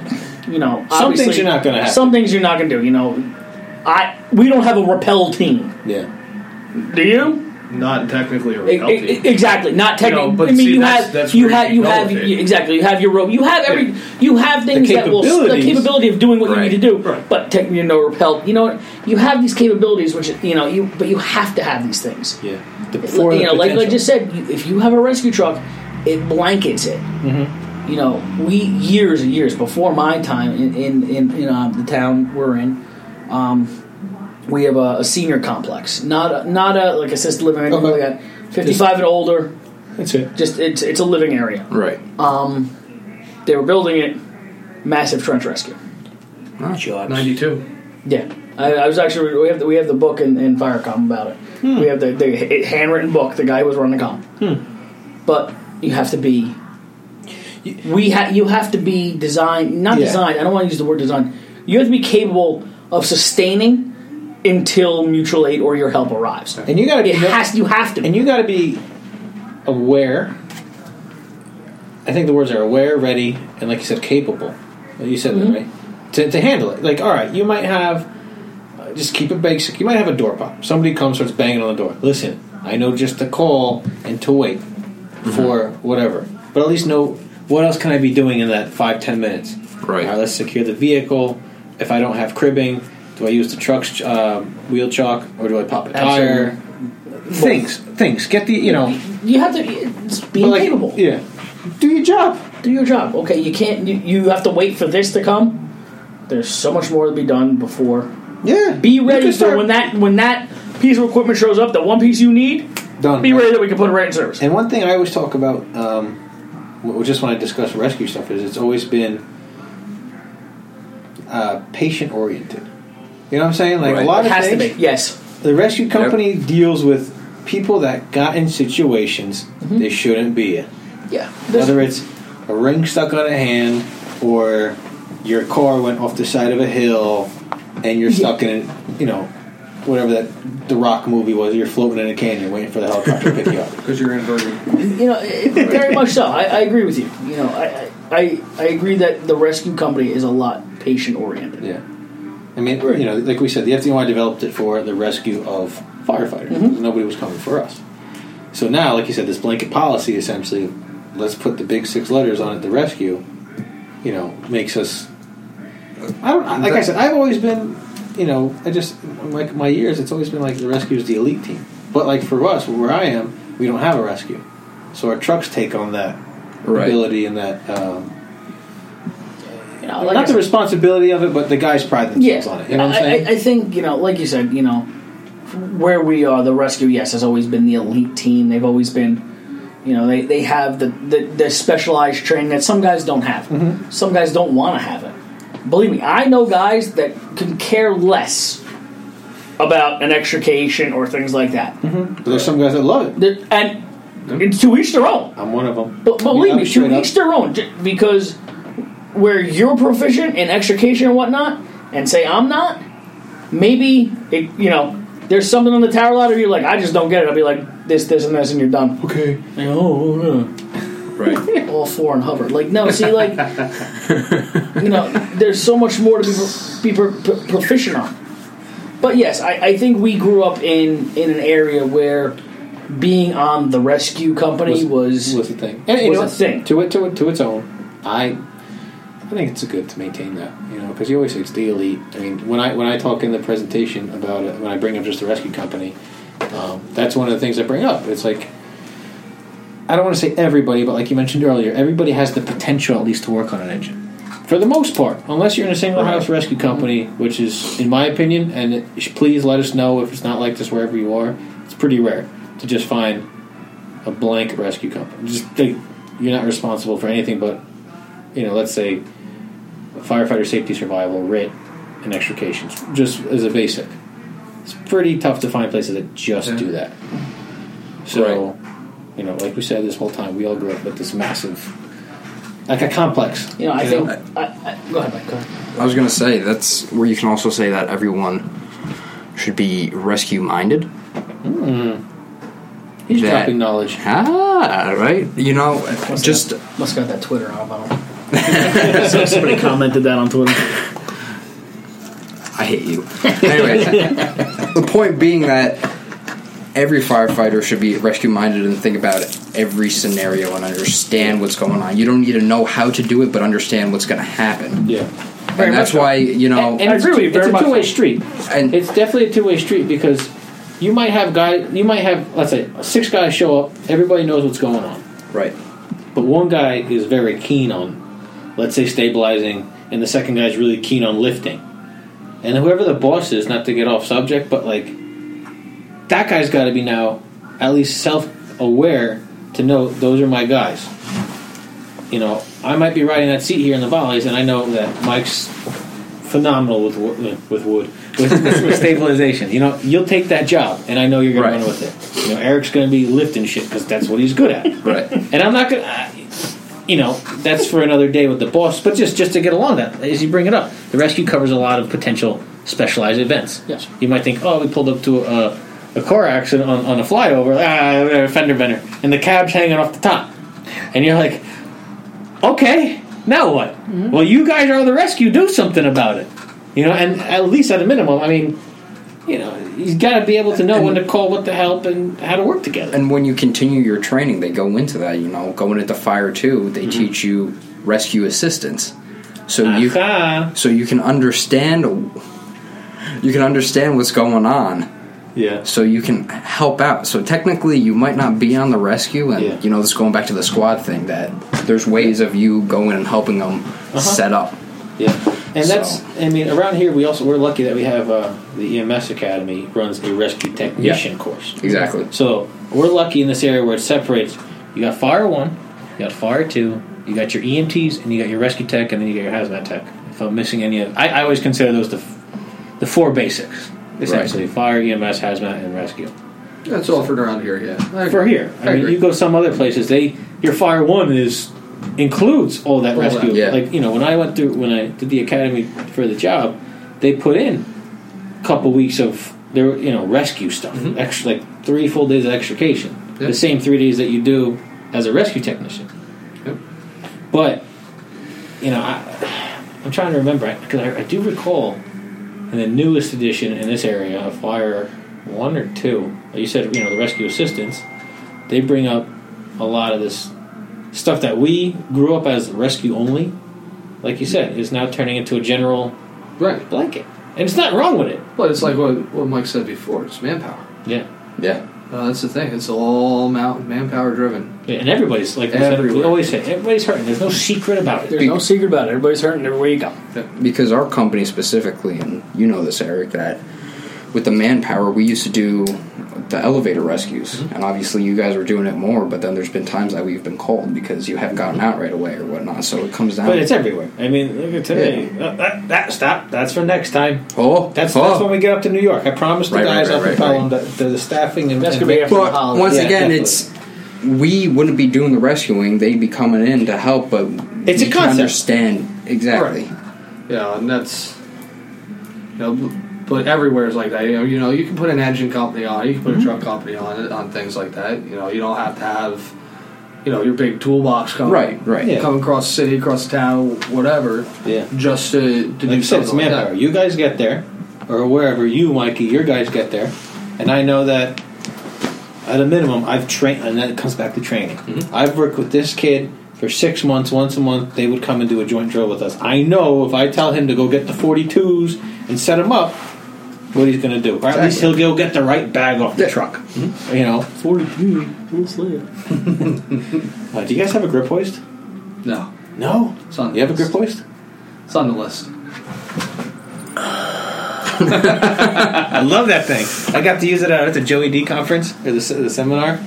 S1: you know,
S4: Some
S1: obviously-
S4: things you're not gonna have.
S1: Some things you're not gonna do. You know, I we don't have a repel team.
S2: Yeah.
S1: Do you?
S6: Not technically a
S1: E-
S6: repel
S1: e-
S6: team.
S1: Exactly. Not technically.
S6: No, but
S1: I mean,
S6: see,
S1: you
S6: that's-
S1: have
S6: that's
S1: you
S6: where
S1: have
S6: you
S1: you
S6: go
S1: have
S6: with it.
S1: you- exactly. You have your rope. You have every.
S6: Yeah.
S1: You have things that will the
S4: capabilities.
S1: capability of doing what you
S3: Right.
S1: need to do.
S6: Right.
S1: But technically, no repel. You know what? You have these capabilities, which you know you. But you have to have these things.
S2: Yeah. The,
S1: Like,
S2: for the
S1: you know, like I
S2: potential.
S1: just said, you, if you have a rescue truck, it blankets it.
S2: Mm-hmm.
S1: You know, we years and years before my time in in in, in um, the town we're in, um, we have a, a senior complex, not a, not a like assisted living or anything
S2: Okay.
S1: like that. Fifty five and older,
S4: That's it.
S1: just it's it's a living area.
S3: Right.
S1: They were building it, massive trench rescue.
S3: Not George.
S6: Ninety-two.
S1: Yeah, I, I was actually we have the, we have the book in, in Firecom about it.
S2: Hmm.
S1: We have the, the h- handwritten book. The guy who was running the com.
S2: Hmm.
S1: But you have to be. We ha- you have to be designed, not
S2: Yeah.
S1: designed. I don't want to use the word design. You have to be capable of sustaining until mutual aid or your help arrives.
S2: And you gotta be.
S1: It has you have to.
S2: and you gotta be aware. I think the words are aware, ready, and like you said, capable. Well, You said
S1: Mm-hmm.
S2: that right. To, to handle it, like all right, you might have. uh, Just keep it basic. You might have a door pop. Somebody comes, starts banging on the door. Listen, I know just to call and to wait
S1: Mm-hmm.
S2: for whatever, but at least know what else can I be doing in that five ten minutes.
S3: Right.
S2: All right. Let's secure the vehicle. If I don't have cribbing, do I use the truck's uh, wheel chalk or do I pop a tire? Things, things. Get the you know.
S1: you have to it's
S2: But
S1: being
S2: like,
S1: capable.
S2: Yeah. Do your job.
S1: Do your job. Okay, you can't. You, you have to wait for this to come. There's so much more to be done before
S2: Yeah.
S1: Be ready for when that when that piece of equipment shows up, the one piece you need.
S2: Done.
S1: Be ready that we can put it right in service.
S2: And one thing I always talk about, um, w- just when I discuss rescue stuff, is it's always been uh, patient oriented. You know what I'm saying? Like
S3: Right.
S2: a lot
S1: It
S2: of
S1: has to
S2: things.
S1: be. Yes.
S2: The rescue company deals with people that got in situations they shouldn't be in.
S1: Yeah.
S2: Whether it's a ring stuck on a hand or your car went off the side of a hill and you're stuck in, you know, whatever that The Rock movie was, you're floating in a canyon waiting for the helicopter to pick you up.
S6: Because you're inverted.
S1: you know, it- very much so. I, I agree with you. You know, I, I I- I agree that the rescue company is a lot patient oriented.
S2: Yeah. I mean, you know, like we said, the FDNY developed it for the rescue of firefighters. Nobody was coming for us. So now, like you said, this blanket policy essentially, let's put the big six letters on it, the rescue, you know, makes us. I don't, I- like I said, I've always been, you know, I just, like my years, it's always been like the rescue is the elite team. But like for us, where I am, we don't have a rescue. So our trucks take on that
S3: Right.
S2: ability and that, um,
S1: You know, like I
S2: not the
S1: said-
S2: responsibility of it, but the guys pride themselves
S1: yeah.
S2: on it. You know what I'm
S1: I-
S2: saying?
S1: I, I think you know, like you said, you know, where we are, the rescue, yes, has always been the elite team. They've always been, you know, they, they have the, the, the specialized training that some guys don't have.
S2: Mm-hmm.
S1: Some guys don't want to have it. Believe me, I know guys that can care less about an extrication or things like that.
S2: But there's some guys that love it.
S1: They're- And it's to each their own.
S2: I'm one of them.
S1: But but
S2: Yeah,
S1: believe
S2: I'm
S1: me,
S2: straight
S1: to
S2: up.
S1: each their own. J- Because where you're proficient in extrication and whatnot, and say I'm not, maybe it, you know there's something on the tower ladder you're like I just don't get it. I'll be like this, this, and this, and you're done.
S6: Okay.
S1: Like, oh, oh,
S3: Right.
S1: oh. all four and hover. Like no, see, like you know, there's so much more to be, pro- be pro- pro- proficient on. But yes, I, I think we grew up in in an area where being on the rescue company was,
S2: was the thing. And, you
S1: was
S2: know,
S1: a thing.
S2: To it, to it, to its own. I, I think it's good to maintain that. You know, because you always say it's the elite. I mean, when I when I talk in the presentation about it, when I bring up just the rescue company, um, that's one of the things I bring up. It's like. I don't want to say everybody, but like you mentioned earlier, everybody has the potential at least to work on an engine. for the most part, unless you're in a single
S6: Right.
S2: house rescue company, which is, in my opinion, and it- sh- please let us know if it's not like this wherever you are. It's pretty rare to just find a blank rescue company. Just they, you're not responsible for anything but, you know, let's say firefighter safety survival, writ, and extrications, just as a basic. It's pretty tough to find places that just
S6: Yeah.
S2: do that. So, you know, like we said this whole time, we all grew up with this massive, like a complex.
S1: You know, I
S2: you
S1: think. I, I, go ahead, Mike. Go ahead.
S3: I was gonna say that's where you can also say that everyone should be rescue minded.
S2: He's
S3: that-
S2: dropping knowledge.
S3: Ah, right. You know, just
S1: Must have got that Twitter out about him. Somebody commented that on Twitter.
S3: I hate you. Anyway, the point being that every firefighter should be rescue minded and think about every scenario and understand what's going on. You don't need to know how to do it, but understand what's going to happen.
S2: Yeah.
S1: Very
S3: and that's
S1: much so.
S3: why you know.
S2: And, and
S1: I
S2: it's,
S1: agree with you
S2: it's
S1: very
S2: a
S1: much.
S2: two-way street.
S3: and
S2: It's definitely a two-way street because you might have guys, you might have, let's say, six guys show up. Everybody knows what's going on.
S3: right.
S2: But one guy is very keen on, let's say, stabilizing, and the second guy is really keen on lifting. And whoever the boss is, not to get off subject, but like, that guy's got to be now at least self aware to know those are my guys. You know, I might be riding that seat here in the volleys, and I know that Mike's phenomenal with wo- uh, with wood with, with stabilization. You know, you'll take that job, and I know you're going
S3: Right.
S2: to run with it. You know, Eric's going to be lifting shit because that's what he's good at.
S3: Right.
S2: And I'm not gonna, I- you know, that's for another day with the boss. But just just to get along that, as you bring it up, the rescue covers a lot of potential specialized events.
S1: Yes.
S2: You might think, oh, we pulled up to a, a car accident on, on a flyover, ah, fender bender, and the cab's hanging off the top, and you're like, okay, now what? Well, you guys are the rescue. Do something about it. You know, and at least at a minimum, I mean, you know, he's got to be able to know when to call, what to help, and how to work together.
S3: And when you continue your training, they go into that. You know, going into fire too, they teach you rescue assistance. So
S2: Uh-huh.
S3: you
S2: Aha.
S3: so you can understand you can understand what's going on
S2: Yeah.
S3: so you can help out. So technically, you might not be on the rescue, and
S2: Yeah.
S3: you know this is going back to the squad thing that there's ways of you going and helping them set up.
S2: Yeah, and
S3: So-
S2: that's I mean around here we also we're lucky that we have uh, the EMS Academy runs a rescue technician course.
S3: Exactly.
S2: So we're lucky in this area where it separates. You got fire one, you got fire two, you got your EMTs, and you got your rescue tech, and then you got your hazmat tech. If I'm missing any of, I, I always consider those the f- the four basics essentially: fire, EMS, hazmat, and rescue.
S6: That's offered around here, yeah. I
S2: For
S6: agree.
S2: here, I,
S6: I
S2: mean,
S6: agree.
S2: you go some other places. They your fire one is includes all that
S6: All that,
S2: rescue.
S3: yeah.
S2: Like you know, when I went through when I did the academy for the job, they put in a couple weeks of their you know rescue stuff, extra like three full days of extrication,
S6: Yeah.
S2: the same three days that you do as a rescue technician.
S6: Yep.
S2: But you know, I, I'm trying to remember because I, I do recall in the newest edition in this area of Fire One or Two. like You said you know the rescue assistance. They bring up a lot of this stuff that we grew up as rescue only. Like you said, is now turning into a general
S6: Right.
S2: blanket, and it's not wrong with it.
S6: But it's like what, what Mike said before it's manpower.
S2: Yeah,
S3: Yeah.
S6: Uh, that's the thing, it's all mount, manpower driven.
S2: Yeah, and everybody's like we, said, we
S6: Everywhere.
S2: always say, everybody's hurting. There's no secret about it.
S1: There's no secret about it. Everybody's hurting everywhere you go.
S3: because our company specifically, and you know this, Eric, that with the manpower, we used to do the elevator rescues,
S2: Mm-hmm.
S3: and obviously you guys were doing it more. But then there's been times that we've been called because you haven't gotten out right away or whatnot. So it comes down.
S2: But it's everywhere. I mean, look at today. Uh, that, that stop. That's for next time.
S3: oh,
S2: That's
S3: oh.
S2: that's when we get up to New York. I promised the
S3: Right, right,
S2: guys
S3: right,
S2: up in
S3: right, right.
S2: Pelham that the, the staffing and
S1: That's
S2: and-
S1: gonna be after the
S3: But
S1: holidays.
S3: once
S2: Yeah,
S3: again,
S2: definitely.
S3: it's we wouldn't be doing the rescuing; they'd be coming in to help. But
S2: It's
S3: we
S2: a
S3: can
S2: concept.
S3: Understand exactly?
S6: Yeah, and that's. You know, but everywhere is like that. You know, you know, you can put an engine company on, you can put a truck company on it, on things like that. You know, you don't have to have, you know, your big toolbox company.
S3: Right, right.
S2: Yeah.
S6: Come across the city, across the town, whatever,
S2: Yeah.
S6: just to, to
S2: Like
S6: do
S2: you said, it's
S6: something like
S2: manpower.
S6: that.
S2: You guys get there, or wherever you, Mikey, your guys get there, and I know that at a minimum, I've trained, and that comes back to training. I've worked with this kid for six months. Once a month, they would come and do a joint drill with us. I know if I tell him to go get the forty twos and set him up, what he's going to do, or at least he'll go get the right bag off the
S3: Yeah.
S2: truck. You know,
S1: Forty-two, we'll slay it.
S2: Uh, do you guys have a grip hoist?
S6: No.
S2: No.
S6: It's on-
S2: You have a grip hoist?
S4: It's on the list.
S2: I love that thing. I got to use it out at the Joey D conference or the, se- the seminar.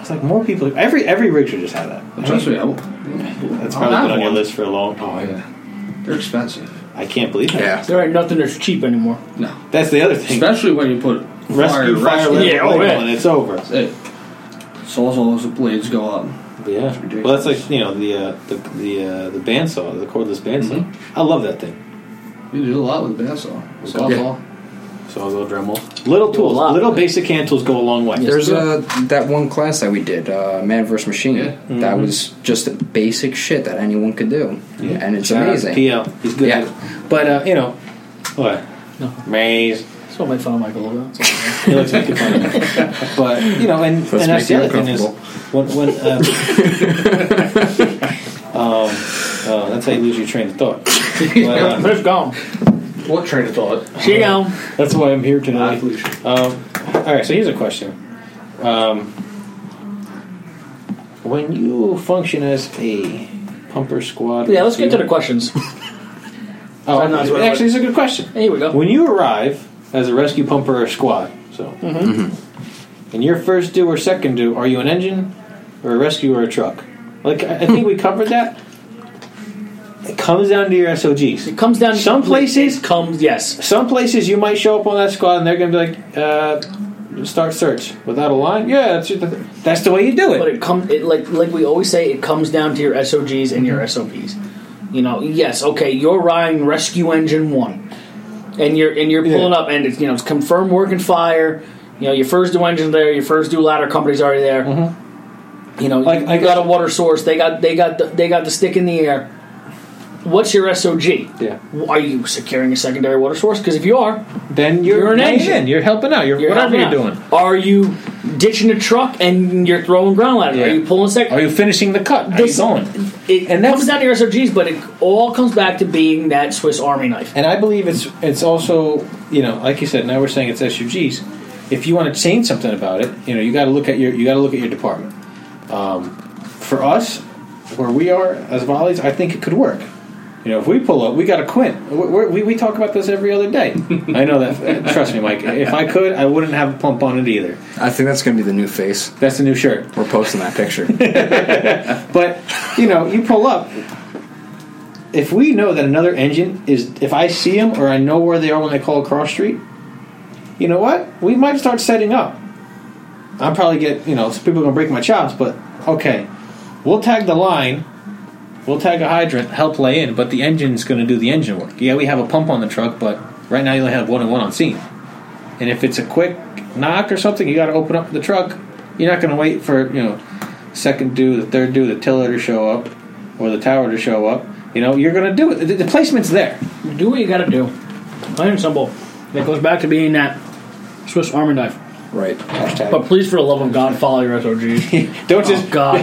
S2: It's like more people. Every every rig should just have that.
S4: Trust me, I will.
S2: That's
S4: I'll
S2: probably
S4: have
S2: been on your
S4: one.
S2: list for a long time.
S4: Oh yeah, they're expensive.
S2: I can't believe that.
S3: Yeah.
S1: There ain't nothing that's cheap anymore.
S4: No,
S2: That's the other thing.
S4: especially when you put
S2: Rescue fire,
S1: rescue-
S2: label,
S1: Yeah, oh,
S2: label,
S1: yeah.
S2: and it's over.
S4: It saws all those blades go up.
S2: Yeah.
S4: ridiculous.
S2: Well, that's like you know the uh, the the uh, the bandsaw, the cordless bandsaw. I love that thing.
S4: You do a lot with bandsaw, sawzall.
S7: So I'll go Dremel.
S2: Little
S1: Do a
S2: tools,
S1: lot.
S2: little basic hand tools go a long way.
S3: There's uh, that one class that we did, uh, Man vs. Machine.
S4: Yeah.
S3: That was just basic shit that anyone could do, and it's
S2: Shout out to
S3: amazing.
S2: PL, he's good.
S3: Yeah.
S2: At it. But uh, you know, what?
S1: No.
S2: Maze.
S1: That's what I made fun of Michael about.
S2: He likes making fun of me. But you know, and, and that's
S3: Let's
S2: the
S3: make
S2: other
S3: you
S2: thing is when when um, um, oh, that's how you lose your train of thought. But, um,
S1: It's gone.
S4: What train of thought?
S1: She gone.
S2: that's why I'm here tonight.
S4: Pollution.
S2: Um, all right, so here's a question. Um, when you function as a pumper squad,
S1: Yeah, let's get to the questions.
S2: Oh,
S1: I'm not sure.
S2: actually, it's a good question.
S1: Here we go.
S2: When you arrive as a rescue pumper or squad, so,
S1: Mm-hmm.
S2: and your first do or second do, are you an engine or a rescue or a truck? Like, I I think we covered that. It comes down to your SOGs.
S1: It comes down to
S2: Some places-
S1: Comes yes.
S2: Some places you might show up on that squad and they're going to be like, uh, start search without a line. Yeah, that's, your- that's the way you do
S1: But
S2: it.
S1: it comes it like like we always say, it comes down to your SOGs and
S2: Mm-hmm.
S1: your SOPs. You know, yes, okay, you're riding rescue engine one. And you're and you're pulling
S2: Yeah.
S1: up and it's you know it's confirmed work and fire. You know, your first do engine there, your first do ladder company's already there. You know,
S2: Like,
S1: you,
S2: Mm-hmm. I
S1: you got a
S2: guess-
S1: water source, they got they got the, they got the stick in the air. What's your SOG?
S2: Yeah.
S1: Are you securing a secondary water source? Because if you are,
S2: Then you're,
S1: You're an
S2: weighing
S1: engine.
S2: in. You're helping out. You're,
S1: you're
S2: whatever you're
S1: helping out.
S2: doing.
S1: Are you ditching a truck and you're throwing ground ladder?
S2: Yeah.
S1: Are you pulling second?
S2: Are you finishing the cut? How
S1: This-
S2: you going?
S1: It
S2: And that's-
S1: comes down to your SOGs, but it all comes back to being that Swiss Army knife.
S2: And I believe it's it's also you know like you said now we're saying it's SUGs. If you want to change something about it, you know you got to look at your you got to look at your department. Um, for us, where we are as volleys, I think it could work. You know, if we pull up, we got a quint. We're, we're- we we talk about this every other day. I know that. Trust me, Mike. If I could, I wouldn't have a pump on it either.
S3: I think that's going to be the new face.
S2: That's a new shirt.
S3: We're posting that picture.
S2: But you know, you pull up. If we know that another engine is, if I see them or I know where they are when I call a cross street, you know what? We might start setting up. I'm probably get you know some people are gonna break my chops, but okay, we'll tag the line, we'll tag a hydrant, help lay in, but the engine's gonna do the engine work. Yeah, we have a pump on the truck, but right now you only have one and one on scene. And if it's a quick knock or something, you got to open up the truck. You're not going to wait for you know second due, the third due, the tiller to show up, or the tower to show up. You know, you're going to do it. The, the placement's there.
S1: Do what you got to do. Plain and simple. It goes back to being that Swiss Army knife.
S3: right.
S1: But please, for the love of God, follow your SOGs.
S2: Don't
S1: oh
S2: just
S1: God,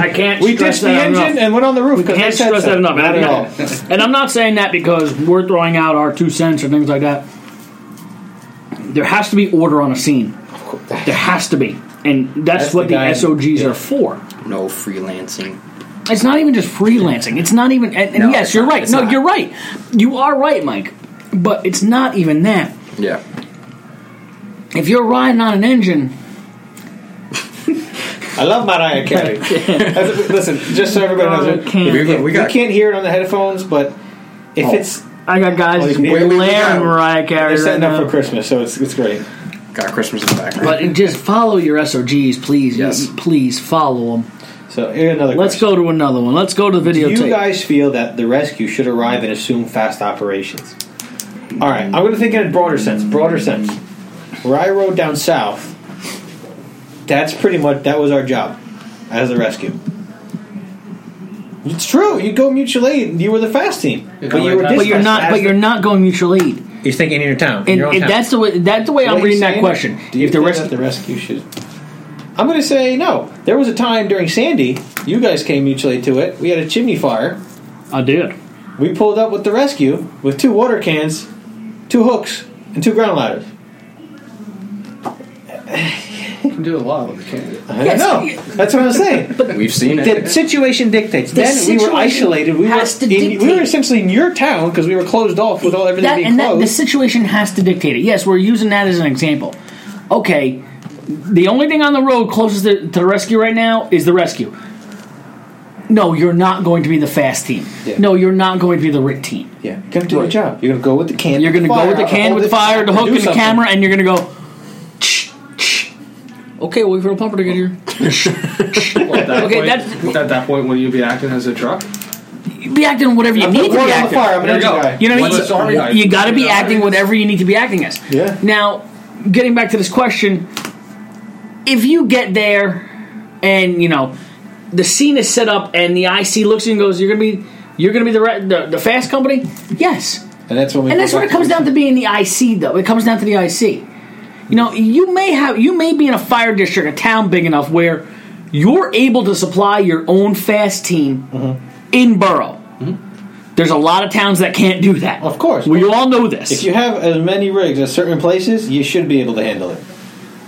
S1: I can't.
S2: we
S1: Oh, stress
S2: ditched the
S1: that
S2: engine
S1: enough.
S2: and went on the roof.
S1: I can't stress that enough.
S2: Not
S1: And
S2: at
S1: I'm
S2: all.
S1: not- And I'm not saying that because we're throwing out our two cents or things like that. There has to be order on a scene. There has to be, and that's,
S2: That's
S1: what the,
S2: the guy-
S1: SOGs
S2: yeah.
S1: are for.
S3: No freelancing.
S1: It's not even just freelancing. It's not even. And, and
S3: No,
S1: yes,
S3: it's
S1: you're
S3: not.
S1: right.
S3: It's
S1: No,
S3: not.
S1: you're right. You are right, Mike. But it's not even that.
S3: Yeah.
S1: If you're riding on an engine,
S2: I love Mariah Carey. That's- Listen, just so everybody knows,
S1: I can't.
S3: We- we
S2: you
S3: got-
S2: can't hear it on the headphones, but if
S3: Oh.
S2: it's
S1: I got guys
S2: Oh, you
S1: oh,
S2: can- wait,
S3: wait, wait,
S1: blaring
S3: wait.
S1: Mariah
S2: they're
S1: Carey right
S2: setting up for
S1: now.
S2: Christmas, so it's it's great.
S3: Got Christmas in the background.
S1: But just follow your SOGs, please.
S3: Yes.
S1: You- Please follow them.
S2: So here's another.
S1: Let's
S2: question.
S1: go to another one. Let's go to the
S2: Do you
S1: videotape.
S2: guys feel that the rescue should arrive and assume fast operations? All right, I'm going to think in a broader sense. Broader sense. Where I rode down south, that's pretty much that was our job as a rescue. It's true. You go mutual aid. You were the fast team,
S4: Yeah,
S2: but you were.
S4: but
S1: but you're
S2: dispatched
S1: not.
S2: as
S1: But
S2: the-
S1: you're not going mutual aid.
S2: You're thinking in your town. in
S1: And,
S2: your own
S1: and
S2: town.
S1: that's the way. That's the way
S2: What
S1: I'm
S2: are you
S1: reading that
S2: saying?
S1: question.
S2: Do you
S1: if the
S2: think
S1: rest,
S2: that the rescue should, I'm going to say no. There was a time during Sandy. You guys came mutual aid to it. We had a chimney fire.
S1: I did.
S2: We pulled up with the rescue with two water cans, two hooks, and two ground ladders.
S6: can do a lot with a can.
S4: I know. That's what I'm saying.
S3: We've seen it.
S4: The situation dictates.
S8: The
S4: then we
S8: situation
S4: were isolated. We were,
S8: has to
S4: in, we
S8: dictate.
S4: were essentially in your town because we were closed off with all everything
S1: that,
S4: being
S1: and that, the
S4: closed.
S1: situation has to dictate it. Yes, we're using that as an example. Okay, the only thing on the road closest to, to the rescue right now is the rescue. No, you're not going to be the fast team.
S2: Yeah.
S1: No, you're not going to be the RIT team.
S2: Yeah, you're gonna do your job. You're gonna go with the can.
S1: You're going to go
S2: fire,
S1: with the can
S2: all
S1: with the
S2: this-
S1: fire, the hook,
S2: do
S1: and the
S2: something.
S1: camera, and you're going to go. "Tsh, tsh." Okay, wait for a pumper to get here.
S6: At that
S1: Okay,
S6: point,
S1: that's-
S6: at that point, will you be acting as a truck?
S1: Be acting whatever you
S4: I'm
S1: need
S4: putting
S1: to be
S4: water on the
S1: acting.
S4: fire. I'm an
S6: There you
S4: engine
S6: go.
S4: guy.
S1: You know what I
S6: What's the
S1: mean?
S6: story
S1: You-
S6: guy?
S1: You got to be
S6: Yeah.
S1: acting whatever you need to be acting as.
S2: Yeah.
S1: Now, getting back to this question, if you get there and you know the scene is set up and the IC looks at you and goes, "You're gonna be, you're gonna be the re- the, the fast company." Yes,
S2: And that's when we.
S1: and that's
S2: go
S1: what it
S2: back
S1: comes
S2: to
S1: down to being the IC, though. It comes down to the IC. You know, you may have, you may be in a fire district, a town big enough where you're able to supply your own fast team in borough. There's a lot of towns that can't do that.
S2: Of course.
S1: we all know this.
S2: If you have as many rigs as certain places, you should be able to handle it.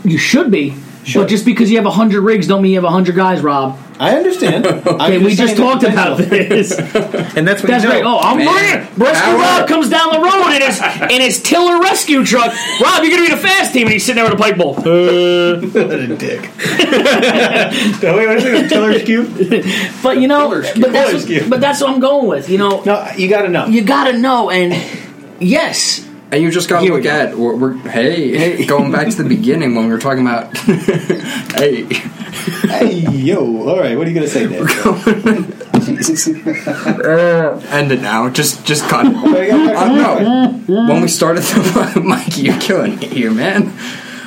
S1: You should be.
S2: Sure.
S1: But just because you have 100 rigs don't mean you have 100 guys, Rob.
S2: I understand. I'm
S1: Okay, we just
S2: saying that
S1: talked about
S2: potential-
S1: this.
S4: And that's what
S1: That's
S4: you
S1: right.
S4: know.
S1: Oh, I'm worried. Rescue Rob comes down the road in his, in his tiller rescue truck. Rob, you're going to be the fast team. And he's sitting there with a pipe bowl.
S4: What a dick. Wait, what is it? Tiller's cube?
S1: But, you know,
S6: Tiller's
S1: but that's,
S4: Tiller's
S1: what, but that's what I'm going with. You know,
S4: No, you got to know.
S1: you got to know. And yes,
S3: And you just got to
S1: Here we
S3: look
S1: go.
S3: at we're, we're hey, hey going back to the beginning when we were talking about hey
S2: Hey, yo, all right. What are you gonna say there?
S3: end it now just just cut it.
S2: But I got-
S3: Uh, no when we started the, Mikey you're killing it here man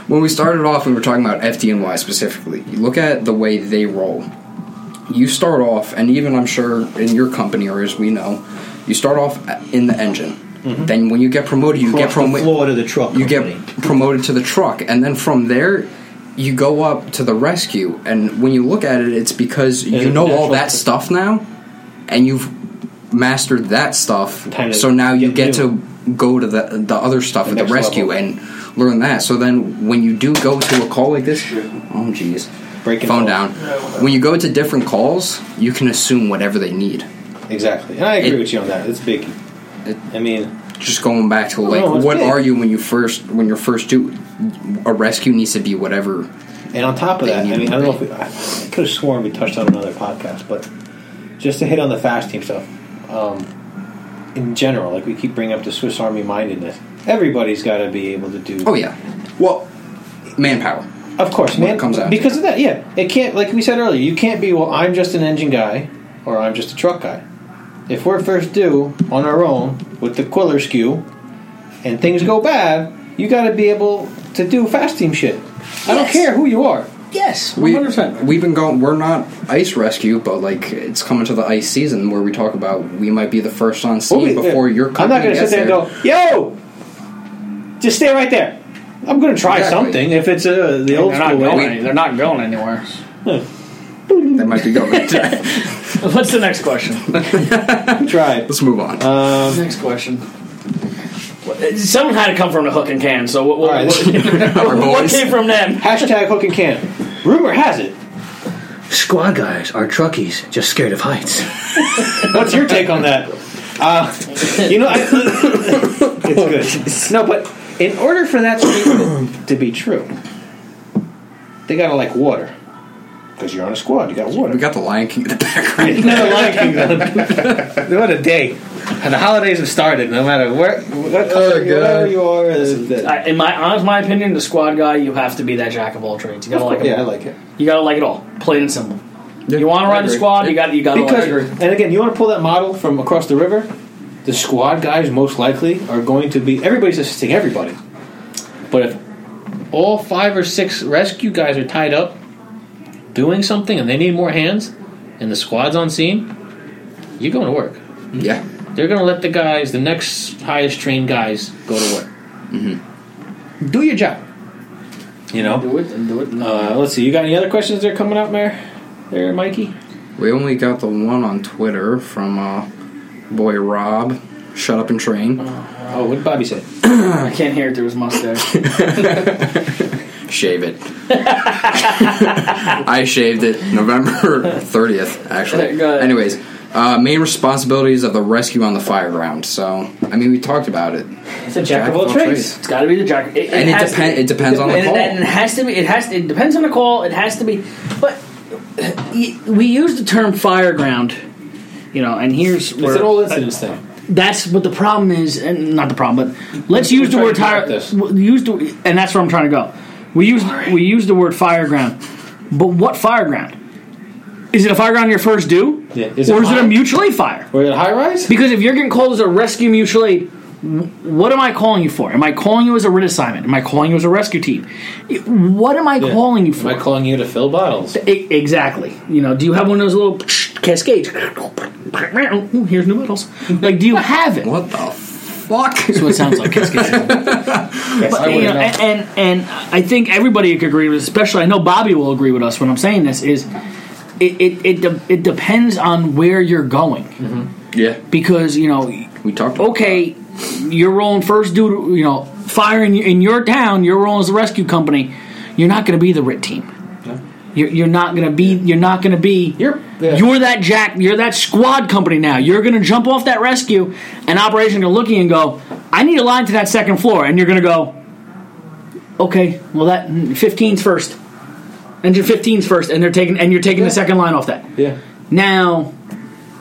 S3: when we started off we were talking about FDNY specifically you look at the way they roll you start off and even I'm sure in your company or as we know you start off in the engine then when you get promoted you get
S4: Across the
S3: promoted
S4: floor to the truck.
S3: you
S4: company.
S3: get promoted to the truck and then from there you go up to the rescue and when you look at it it's because
S2: It's
S3: you
S2: a
S3: know all
S2: natural-
S3: that stuff now and you've mastered that stuff
S2: Time to
S3: so now you
S2: get
S3: get to go to the the other stuff at the
S2: next
S3: rescue
S2: level.
S3: and learn that so then when you do go to a call like this oh jeez
S2: Breaking
S3: phone
S2: the-
S3: down when you go to different calls you can assume whatever they need
S2: Exactly, and I agree
S3: It-
S2: with you on that. It's big.
S3: It-
S2: I mean,
S3: just going back to like
S2: no, it's
S3: what
S2: big.
S3: are you when you first when you're first do a rescue needs to be whatever
S2: and on top of that,
S3: They
S2: I
S3: need
S2: mean, I
S3: to
S2: don't know if we, I could have sworn we touched on another podcast, but just to hit on the fast team stuff um, in general, like we keep bringing up the Swiss Army mindedness. Everybody's got to be able to do.
S3: Oh yeah. Well, manpower.
S2: Of course,
S3: When it
S2: man.
S3: comes out.
S2: because of that, yeah. It can't, like we said earlier, you can't be, well, I'm just an engine guy or I'm just a truck guy. If we're first due on our own with the quiller skew and things go bad, you got to be able to do fast team shit. I don't
S1: Yes.
S2: care who you are.
S1: yes.
S3: We
S1: 100%.
S3: we've been going. We're not ice rescue, but like it's coming to the ice season where we talk about we might be the first on scene
S2: We'll be-
S3: before your
S2: Oh, I'm
S3: company
S2: not going to sit
S3: gets
S2: there and go, yo, just stay right there. I'm going to try
S3: Exactly.
S2: something if it's uh, the old
S1: They're not,
S2: school
S1: going
S2: way.
S1: any- they're not going anywhere.
S3: That might be going. to-
S1: What's the next question?
S2: Try.
S3: Let's move on.
S2: Um,
S1: Next question. Someone had to uh, come from the hook and can, so what, what,
S2: All right.
S1: what-
S3: Our
S1: what
S3: boys.
S1: came from them?
S2: hashtag hook and can. Rumor has it.
S9: Squad guys are truckies, just scared of heights.
S2: What's your take on that? Uh, you know, I, it's good. No, but in order for that to be, to be true, they gotta like water because you're on a squad. You got
S3: we
S2: water.
S3: got the Lion King in the background.
S4: No, Lion King, though. what a day. The holidays have started, no matter where, what color,
S6: God.
S4: whatever you are.
S1: I, in my honest, my opinion, the squad guy, you have to be that jack of all trades. You gotta like it.
S2: Yeah, I
S1: all.
S2: like it.
S1: You gotta like it all, plain and simple.
S3: Yeah,
S1: you want to
S3: I
S1: ride the
S3: agree.
S1: squad, you got you gotta like
S2: Because, and again, you want to pull that model from across the river. The squad guys most likely are going to be everybody's assisting everybody. But if all five or six rescue guys are tied up doing something and they need more hands, and the squad's on scene, you're going to work.
S3: yeah.
S2: They're going to let the guys, the next highest trained guys, go to work. Do your job. You know.
S1: do it and do it.
S2: Uh, let's see. You got any other questions that are coming out, Mayor? There,
S1: Uh,
S2: Mikey.
S3: We only got the one on Twitter from uh, boy Rob. Shut up and train.
S2: Oh, what did Bobby say?
S1: I can't hear it through his mustache.
S3: shave it. I shaved it November 30th, actually.
S1: Go ahead.
S3: Anyways, uh, main responsibilities of the rescue on the fire ground. So, I mean, we talked about it.
S2: It's a jack of all trades.
S1: It's got to be the jack. It,
S3: And it,
S1: has to
S3: depend,
S1: be-
S3: it depends on the
S1: and,
S3: call.
S1: and it has to be. It has. It depends on the call. It has to be. But uh, y- we use the term fireground, you know. And here's
S2: It's
S1: where
S2: an all incidents thing.
S1: that's what the problem is, and not the problem, but let's use the
S2: trying
S1: word
S2: to
S1: tire.
S2: adapt this.
S1: w- Use the, and that's where I'm trying to go. We use we use the word fireground, but what fireground? Is it a fireground your first due,
S2: Yeah, is it
S1: or is it a
S2: high?
S1: mutual aid fire?
S2: Were it high rise?
S1: Because if you're getting called as a rescue mutual aid, w- what am I calling you for? Am I calling you as a writ assignment? Am I calling you as a rescue team? What am I calling you
S2: Am
S1: for?
S2: I calling you to fill bottles?
S1: E- exactly. You know, do you have one of those little cascades? Ooh, Here's new medals. Like, do you have it?
S3: what the fuck?
S1: That's what it sounds like. But, you know, and, and and I think everybody could agree with, this, especially I know Bobby will agree with us when I'm saying this is it it it, de- it depends on where you're going
S3: yeah,
S1: because you know
S3: we talked about
S1: okay you're rolling first due to you know fire in, in your town you're rolling as a rescue company you're not going to be the RIT team. You're, you're not gonna be. You're not gonna be.
S2: You're- yeah.
S1: you're that jack. You're that squad company now. You're gonna jump off that rescue, and operation are looking and go. I need a line to that second floor, and you're gonna go. Okay, well that 15's first, engine 15's first, and they're taking and you're taking the second line off that.
S2: Yeah.
S1: Now,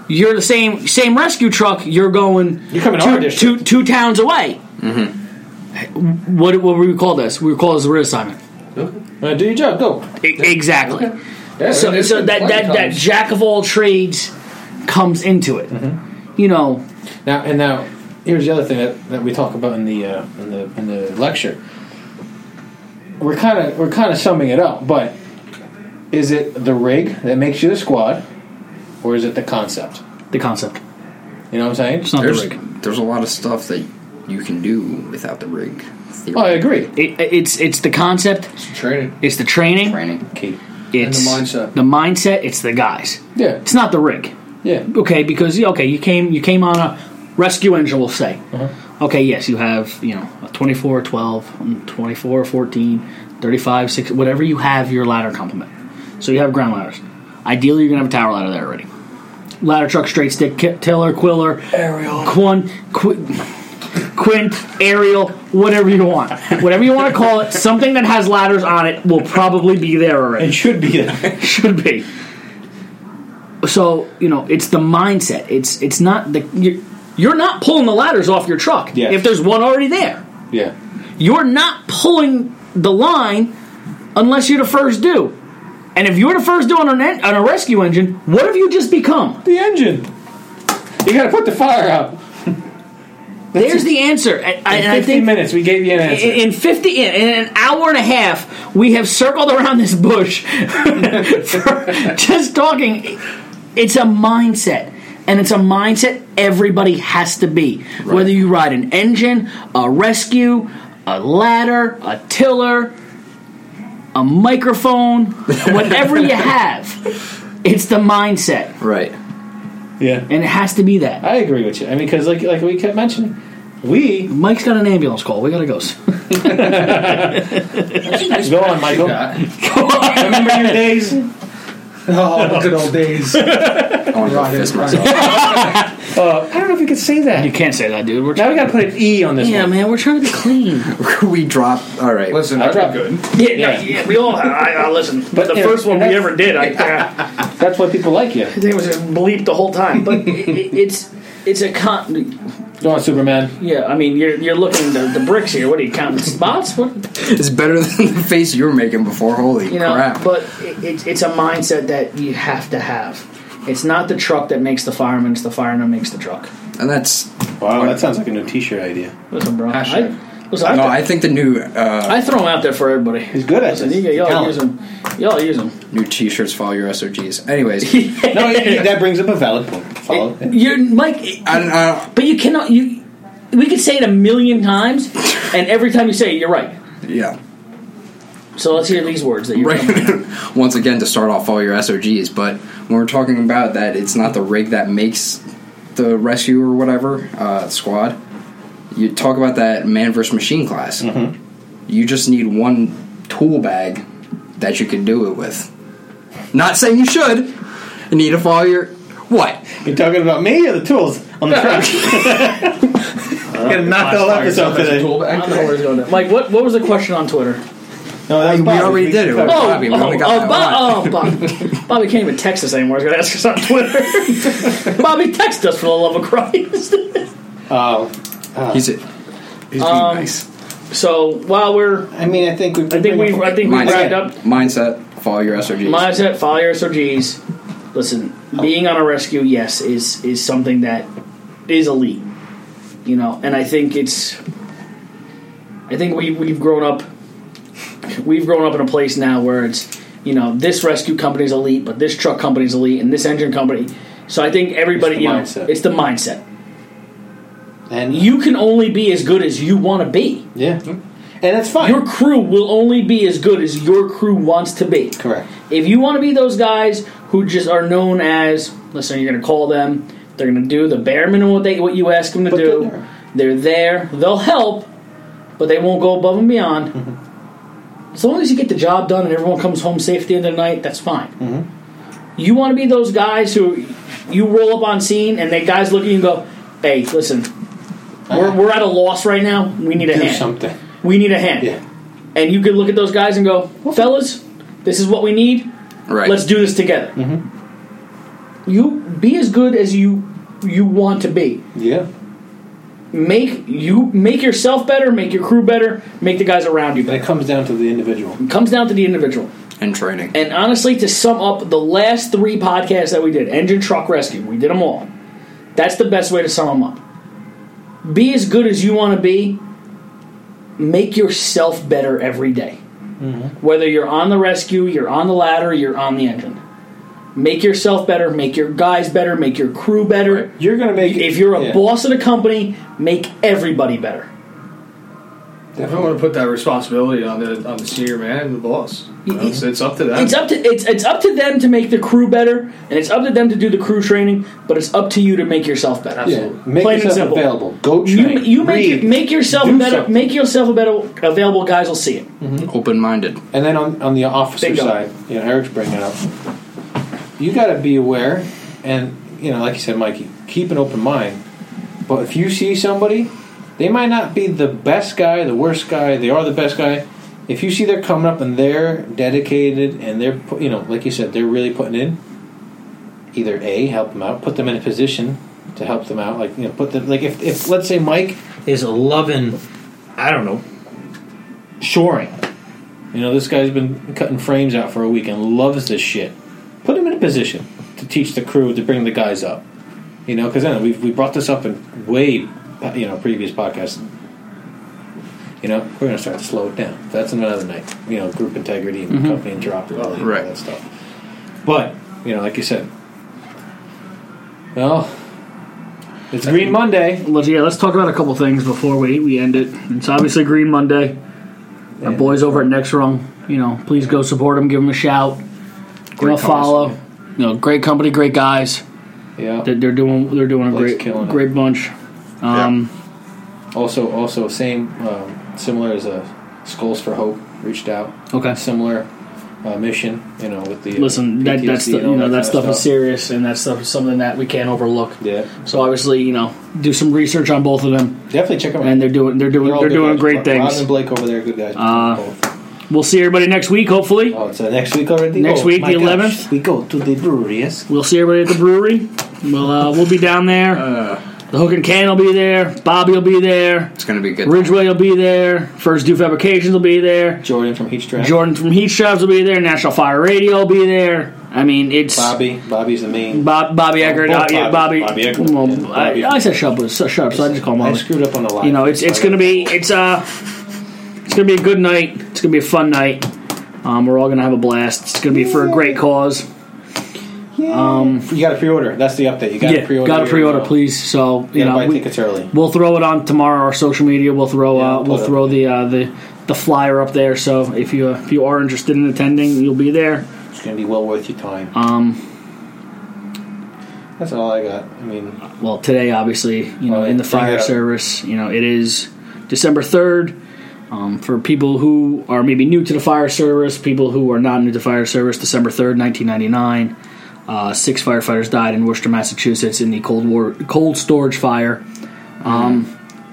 S1: you're the same same rescue truck. You're going.
S2: You're coming to our
S1: two, two,
S2: district.
S1: two towns away. Mm-hmm. What what we call this? We call this a writ assignment.
S2: Uh, do your job. Go.
S1: E- exactly.
S6: Yeah,
S1: So
S6: there's
S1: so
S6: been
S1: that
S6: plenty
S1: that,
S6: of
S1: that
S6: times.
S1: jack of all trades comes into it. You know.
S2: Now and now, here's the other thing that, that we talk about in the uh, in the in the lecture. We're kind of we're kind of summing it up, but is it the rig that makes you the squad, or is it the concept?
S1: The concept.
S2: You know what I'm saying?
S1: It's not
S3: there's
S1: the rig.
S3: there's a lot of stuff that you can do without the rig.
S2: Oh, I agree.
S1: It, it's it's the concept.
S6: Training.
S1: It's the training.
S3: Training.
S2: Key.
S1: It's
S6: And the mindset.
S1: The mindset. It's the guys.
S2: Yeah,
S1: It's not the rig.
S2: yeah.
S1: okay because yeah, okay you came you came on a rescue engine we'll say okay yes you have you know a 24 12 um, 24 14 35 6 whatever you have your ladder complement so you have ground ladders ideally you're gonna have a tower ladder there already ladder truck straight stick ki- tiller quiller aerial quan qu- quint aerial whatever you want whatever you want to call it something that has ladders on it will probably be there already
S2: It should be that.
S1: should be. So you know, it's the mindset. It's it's not the you're, you're not pulling the ladders off your truck
S2: Yes.
S1: if there's one already there.
S2: yeah.
S1: You're not pulling the line unless you're the first do. And if you're the first do on an en- on a rescue engine, what have you just become?
S2: The engine. You got to put the fire out.
S1: There's the answer. I, I,
S2: In
S1: and I
S2: 15
S1: think
S2: minutes. We gave you an answer.
S1: in, in fifty in, in an hour and a half, we have circled around this bush for just talking. It's a mindset. And it's a mindset everybody has to be. Whether you ride an engine, a rescue, a ladder, a tiller, a microphone, whatever you have, it's the mindset.
S3: Right.
S2: yeah,
S1: And it has to be that.
S2: I agree with you. I mean, because like like we kept mentioning, we
S1: Mike's got an ambulance call. We gotta go.
S2: go on, Michael. Remember your days.
S6: Oh, the good old days.
S3: I want to go
S6: Right,
S3: fist
S6: right.
S3: myself.
S2: Uh, I don't know if you could say
S1: You
S2: that.
S1: can't say that, dude. We're
S2: Now we got to put an E on this
S1: yeah,
S2: one.
S1: man. We're trying to be clean.
S3: we drop. All right.
S6: Listen,
S2: I
S6: I
S2: dropped-
S6: dropped good.
S1: Yeah, no,
S2: Yeah.
S1: yeah. we all. I, I listen, but the
S2: yeah,
S1: first one we
S2: that's-
S1: ever did, I, I,
S2: That's why people like you.
S1: think it was just bleep the whole time. But it, it, it's it's a con.
S2: Go on, Superman.
S1: Yeah, I mean, you're you're looking the, the bricks here. What are you counting spots? What
S3: It's better than the face you were making before. Holy
S1: you know?
S3: crap.
S1: But it, it, it's a mindset that you have to have. It's not the truck that makes the fireman; it's the fireman that makes the truck.
S3: and that's.
S2: Wow, that sounds like a new T-shirt idea.
S1: Listen, bro.
S6: Hashtag.
S1: I, listen, I,
S3: No,
S1: th-
S3: I think the new uh,
S1: I throw them out there for everybody.
S2: He's good at
S1: Listen,
S2: this.
S1: you, y'all
S2: Talent.
S1: use them. Y'all use them.
S3: new T-shirts follow your SOGs. Anyways,
S2: no, yeah, that brings up a valid point. Follow.
S1: You're Mike.
S3: I, don't- I,
S1: But you cannot. You we could say it a million times, and every time you say it, you're right.
S3: don't- yeah.
S1: So let's hear these words that you're coming-
S3: Right. Once again, to start off all your SOGs, but when we're talking about that, it's not the rig that makes the rescue or whatever uh, squad.
S1: Mm-hmm.
S3: You talk about that man versus machine class. You just need one tool bag that you can do it with. Not saying you should. You need to follow your what?
S4: You talking about me or the tools on the truck? Gonna knock the whole episode today.
S6: Tool bag.
S1: Mike, what, what was the question on Twitter?
S4: No, that was
S3: We
S4: Bobby.
S3: already did it.
S4: covered
S1: Oh,
S3: Bobby, we
S1: oh,
S3: only got
S1: oh,
S3: that
S1: Bob, oh, Bob. Bobby can't even text us anymore. He's going to ask us on Twitter. Bobby, text us for the love of Christ.
S4: Oh,
S3: He's a, he's being
S1: uh, Um,
S3: nice.
S1: so while we're,
S4: I mean, I think we.
S1: I think we, I think we wrapped up.
S3: Mindset. Follow your SRGs.
S1: Mindset, follow your SRGs. Listen, being on a rescue, yes, is is something that is elite. You know, and I think it's. I think we we've grown up. We've grown up in a place now where it's you know this rescue company is elite, but this truck company is elite, and this engine company. So I think everybody,
S2: It's
S1: you
S2: the mindset.
S1: know, it's the mindset.
S2: And you,
S1: You can only be as good as you want to be.
S2: yeah,
S1: Hmm?
S2: and that's fine.
S1: Your crew will only be as good as your crew wants to be.
S2: correct.
S1: If you want to be those guys who just are known as, listen, you're going to call them. They're going to do the bare minimum what they what you ask them to
S2: But they're
S1: do.
S2: there.
S1: They're there. They'll help, but they won't go above and beyond.
S2: Mm-hmm.
S1: As long as you get the job done and everyone comes home safe at the end of the night, that's fine.
S2: Mm-hmm.
S1: You want to be those guys who you roll up on scene and the guys look at you and go, "Hey, listen, we're, we're at a loss right now. We need a
S2: Do
S1: hand.
S2: something.
S1: We need a hand."
S2: Yeah.
S1: And you could look at those guys and go, "Fellas, this is what we need.
S3: right.
S1: Let's do this together. You be as good as you you want to be.
S2: Yeah.
S1: Make you make yourself better, make your crew better, make the guys around you
S2: And
S1: better.
S2: it comes down to the individual.
S1: It comes down to the individual.
S3: and training.
S1: And honestly, to sum up the last three podcasts that we did, engine, truck, rescue, we did them all. That's the best way to sum them up. Be as good as you want to be. Make yourself better every day. Whether you're on the rescue, you're on the ladder, you're on the engine. Make yourself better. Make your guys better. Make your crew better.
S2: You're gonna make
S1: If you're a
S2: yeah.
S1: boss at a company, make everybody better.
S6: If I want to put that responsibility on the on the senior man and the boss, you know, it's, it's up to them.
S1: It's up to it's it's up to them to make the crew better, and it's up to them to do the crew training. But it's up to you to make yourself better.
S2: Yeah, make
S1: Plain and
S2: yourself
S1: simple.
S2: available. Go
S1: You,
S2: train.
S1: you make
S2: read.
S1: make yourself
S2: Do
S1: better.
S2: something.
S1: Make yourself a better available. Guys will see it.
S3: Open minded.
S2: And then on, on the officer
S1: Bingo.
S2: side, you know, Eric's bringing up, you got to be aware, and you know, like you said, Mikey, keep an open mind. But if you see somebody, they might not be the best guy, the worst guy. They are the best guy. If you see they're coming up and they're dedicated and they're, pu- you know, like you said, they're really putting in. Either a help them out, put them in a position to help them out. Like you know, put them like if, if let's say Mike is loving, I don't know, shoring. You know, this guy's been cutting frames out for a week and loves this shit. Put him in a position to teach the crew to bring the guys up. You know, because then we we brought this up in way you know previous podcasts. You know, we're gonna start to slow it down. That's another night. You know, group integrity and company interoperability, and all that,
S3: Right.
S2: all that stuff. But you know, like you said, well, it's Green Monday.
S1: Let's, yeah, let's talk about a couple things before we, we end it. It's obviously Green Monday. Our boys over at Next Rung, you know, please go support them, give them a shout, give them a
S3: Great
S1: follow. You know, great company, great guys.
S2: Yeah.
S1: They're, they're doing they're doing a
S2: Blake's
S1: great
S2: killing it.
S1: great bunch. Um,
S2: Also, also same, um, similar as uh, Skulls for Hope reached out.
S1: Okay.
S2: Similar uh, mission, you know, with the uh,
S1: Listen, that,
S2: PTSD
S1: that's the,
S2: and all
S1: you know
S2: kind
S1: that
S2: of
S1: stuff is serious, and that stuff is something that we can't overlook.
S2: Yeah,
S1: So obviously, you know, do some research on both of them,
S2: definitely check them out.
S1: and they're doing they're doing
S2: They're all
S1: they're
S2: good
S1: doing
S2: guys.
S1: great
S2: Rob
S1: things.
S2: and Blake over there, good guys.
S1: Uh,
S2: Both.
S1: We'll see everybody next week, hopefully.
S2: oh, it's uh, next week already.
S1: next
S2: Oh,
S1: week,
S2: my
S1: the
S2: gosh.
S1: 11th.
S2: We go to the brewery. Yes.
S1: We'll see everybody at the brewery. We'll uh, we'll be down there.
S2: Uh.
S1: the Hook and Can will be there. Bobby will be there.
S3: It's gonna be a good.
S1: Ridgeway will be there. First Due Fabrications will be there.
S2: Jordan from Heat Strap.
S1: Jordan from Heat Shops will be there. National Fire Radio will be there. I mean, it's
S2: Bobby. Bobby's the main.
S1: Bob, Bobby Eckert.
S2: both
S1: uh, yeah, Bobby.
S2: Bobby. Bobby Eckert
S1: Well,
S2: and Bobby
S1: I, I said Sharp, was Sharp, so I just call him
S2: I
S1: Bobby.
S2: screwed up on the line.
S1: You know, it's it's gonna be it's uh it's gonna be a good night. It's gonna be a fun night. Um, we're all gonna have a blast. It's gonna be for a great cause.
S2: You got to pre-order. That's the update. You got to
S1: yeah,
S2: pre-order.
S1: gotta
S2: your,
S1: pre-order,
S2: uh,
S1: please. So you
S2: You got
S1: know,
S2: to buy
S1: we,
S2: tickets early.
S1: We'll throw it on tomorrow. Our social media. We'll throw.
S2: Yeah,
S1: uh, we'll
S2: we'll put it
S1: throw
S2: up.
S1: the uh, the the flyer up there. So if you uh, if you are interested in attending, you'll be there.
S2: It's gonna be well worth your time.
S1: Um,
S2: That's all I got. I mean,
S1: well, today obviously, you know,
S2: Well,
S1: in the
S2: bring it
S1: fire
S2: up.
S1: service, you know, it is December third. Um, for people who are maybe new to the fire service, people who are not new to fire service, December 3rd, 1999, uh, six firefighters died in Worcester, Massachusetts in the Cold War cold storage fire. Um,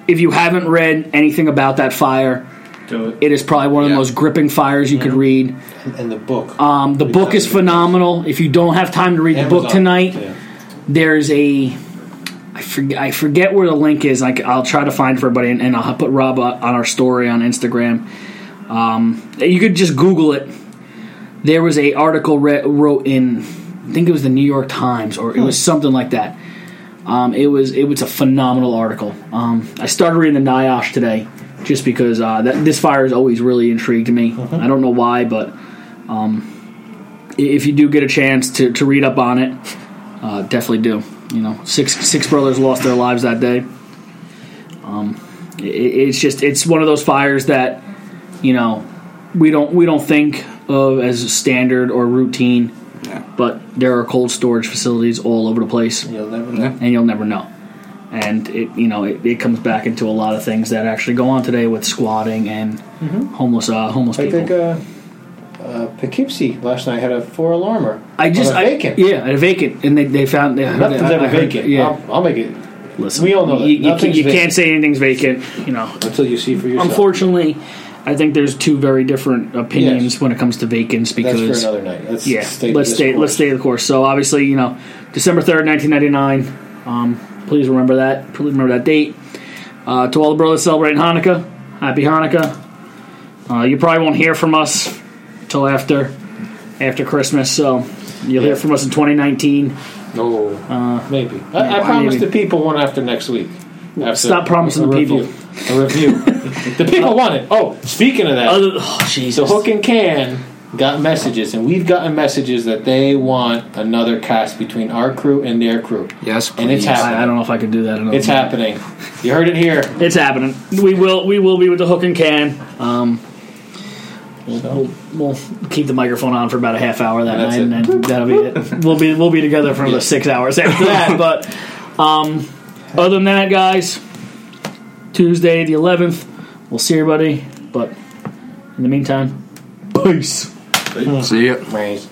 S1: if you haven't read anything about that fire,
S4: Do it.
S1: it is probably one of the most gripping fires you could read.
S2: And the book.
S1: Um, the book is phenomenal. If you don't have time to read the book
S2: Amazon.
S1: tonight,
S2: Yeah.
S1: there's a I forget I forget where the link is. I, will try to find it for everybody, and, and I'll put Rob on on our story on Instagram. Um, you could just Google it. There was a article re- wrote in, I think it was the New York Times or it was something like that. Um, it was it was a phenomenal article. Um, I started reading the NIOSH today just because uh, that, this fire has always really intrigued me. I don't know why, but um, i- if you do get a chance to, to read up on it, uh, definitely do. You know, six six brothers lost their lives that day. Um, i- i it's just it's one of those fires that you know we don't we don't think of as standard or routine,
S3: Yeah.
S1: but there are cold storage facilities all over the place,
S2: You'll never know.
S3: Yeah.
S1: and you'll never know. And it you know it, it comes back into a lot of things that actually go on today with squatting and homeless uh, homeless
S2: I
S1: people.
S2: think Mm-hmm. uh, uh, Poughkeepsie last night had a four alarmer.
S1: I just
S2: on a vacant.
S1: I, yeah, a vacant, and they, they found they,
S2: Nothing's
S1: I- I
S2: ever
S1: heard-
S2: vacant.
S1: Yeah,
S2: I'll, I'll make it
S1: Listen,
S2: We all know that.
S1: you, you, can,
S2: Nothing's
S1: you
S2: vacant.
S1: can't say anything's vacant. You know,
S2: until you see for yourself.
S1: unfortunately, I think there's two very different opinions
S2: Yes.
S1: when it comes to vacants
S2: That's
S1: because
S2: for another night. That's
S1: yeah,
S2: state of
S1: let's stay
S2: discourse.
S1: let's stay the course. So obviously, you know, December third, nineteen ninety nine. Um, please remember that. Please remember that date. Uh, to all the brothers celebrating Hanukkah, happy Hanukkah. Uh, you probably won't hear from us till after after Christmas, so you'll hear from us in twenty nineteen.
S2: No, Oh, maybe. I, I
S1: Uh, maybe.
S2: promise the people one after next week. After
S1: Stop promising
S2: a
S1: the people.
S2: review. A review. the people want it. Oh, speaking of that,
S1: Other, oh Jesus!
S2: the Hook and Can got messages, and we've gotten messages that they want another cast between our crew and their crew.
S3: Yes,
S2: And it's
S3: please.
S2: happening.
S1: I, I don't know if I can do that. Another
S2: It's
S1: time.
S2: happening. You heard it here.
S1: It's happening. We will. We will be with the hook and can. Um, we'll, we'll, we'll keep the microphone on for about a half hour that
S2: That's
S1: night, and then that'll be it. We'll be we'll be together for another six hours after that. But um, other than that, guys, Tuesday the eleventh, we'll see everybody. But in the meantime, peace.
S3: See ya.
S2: Right.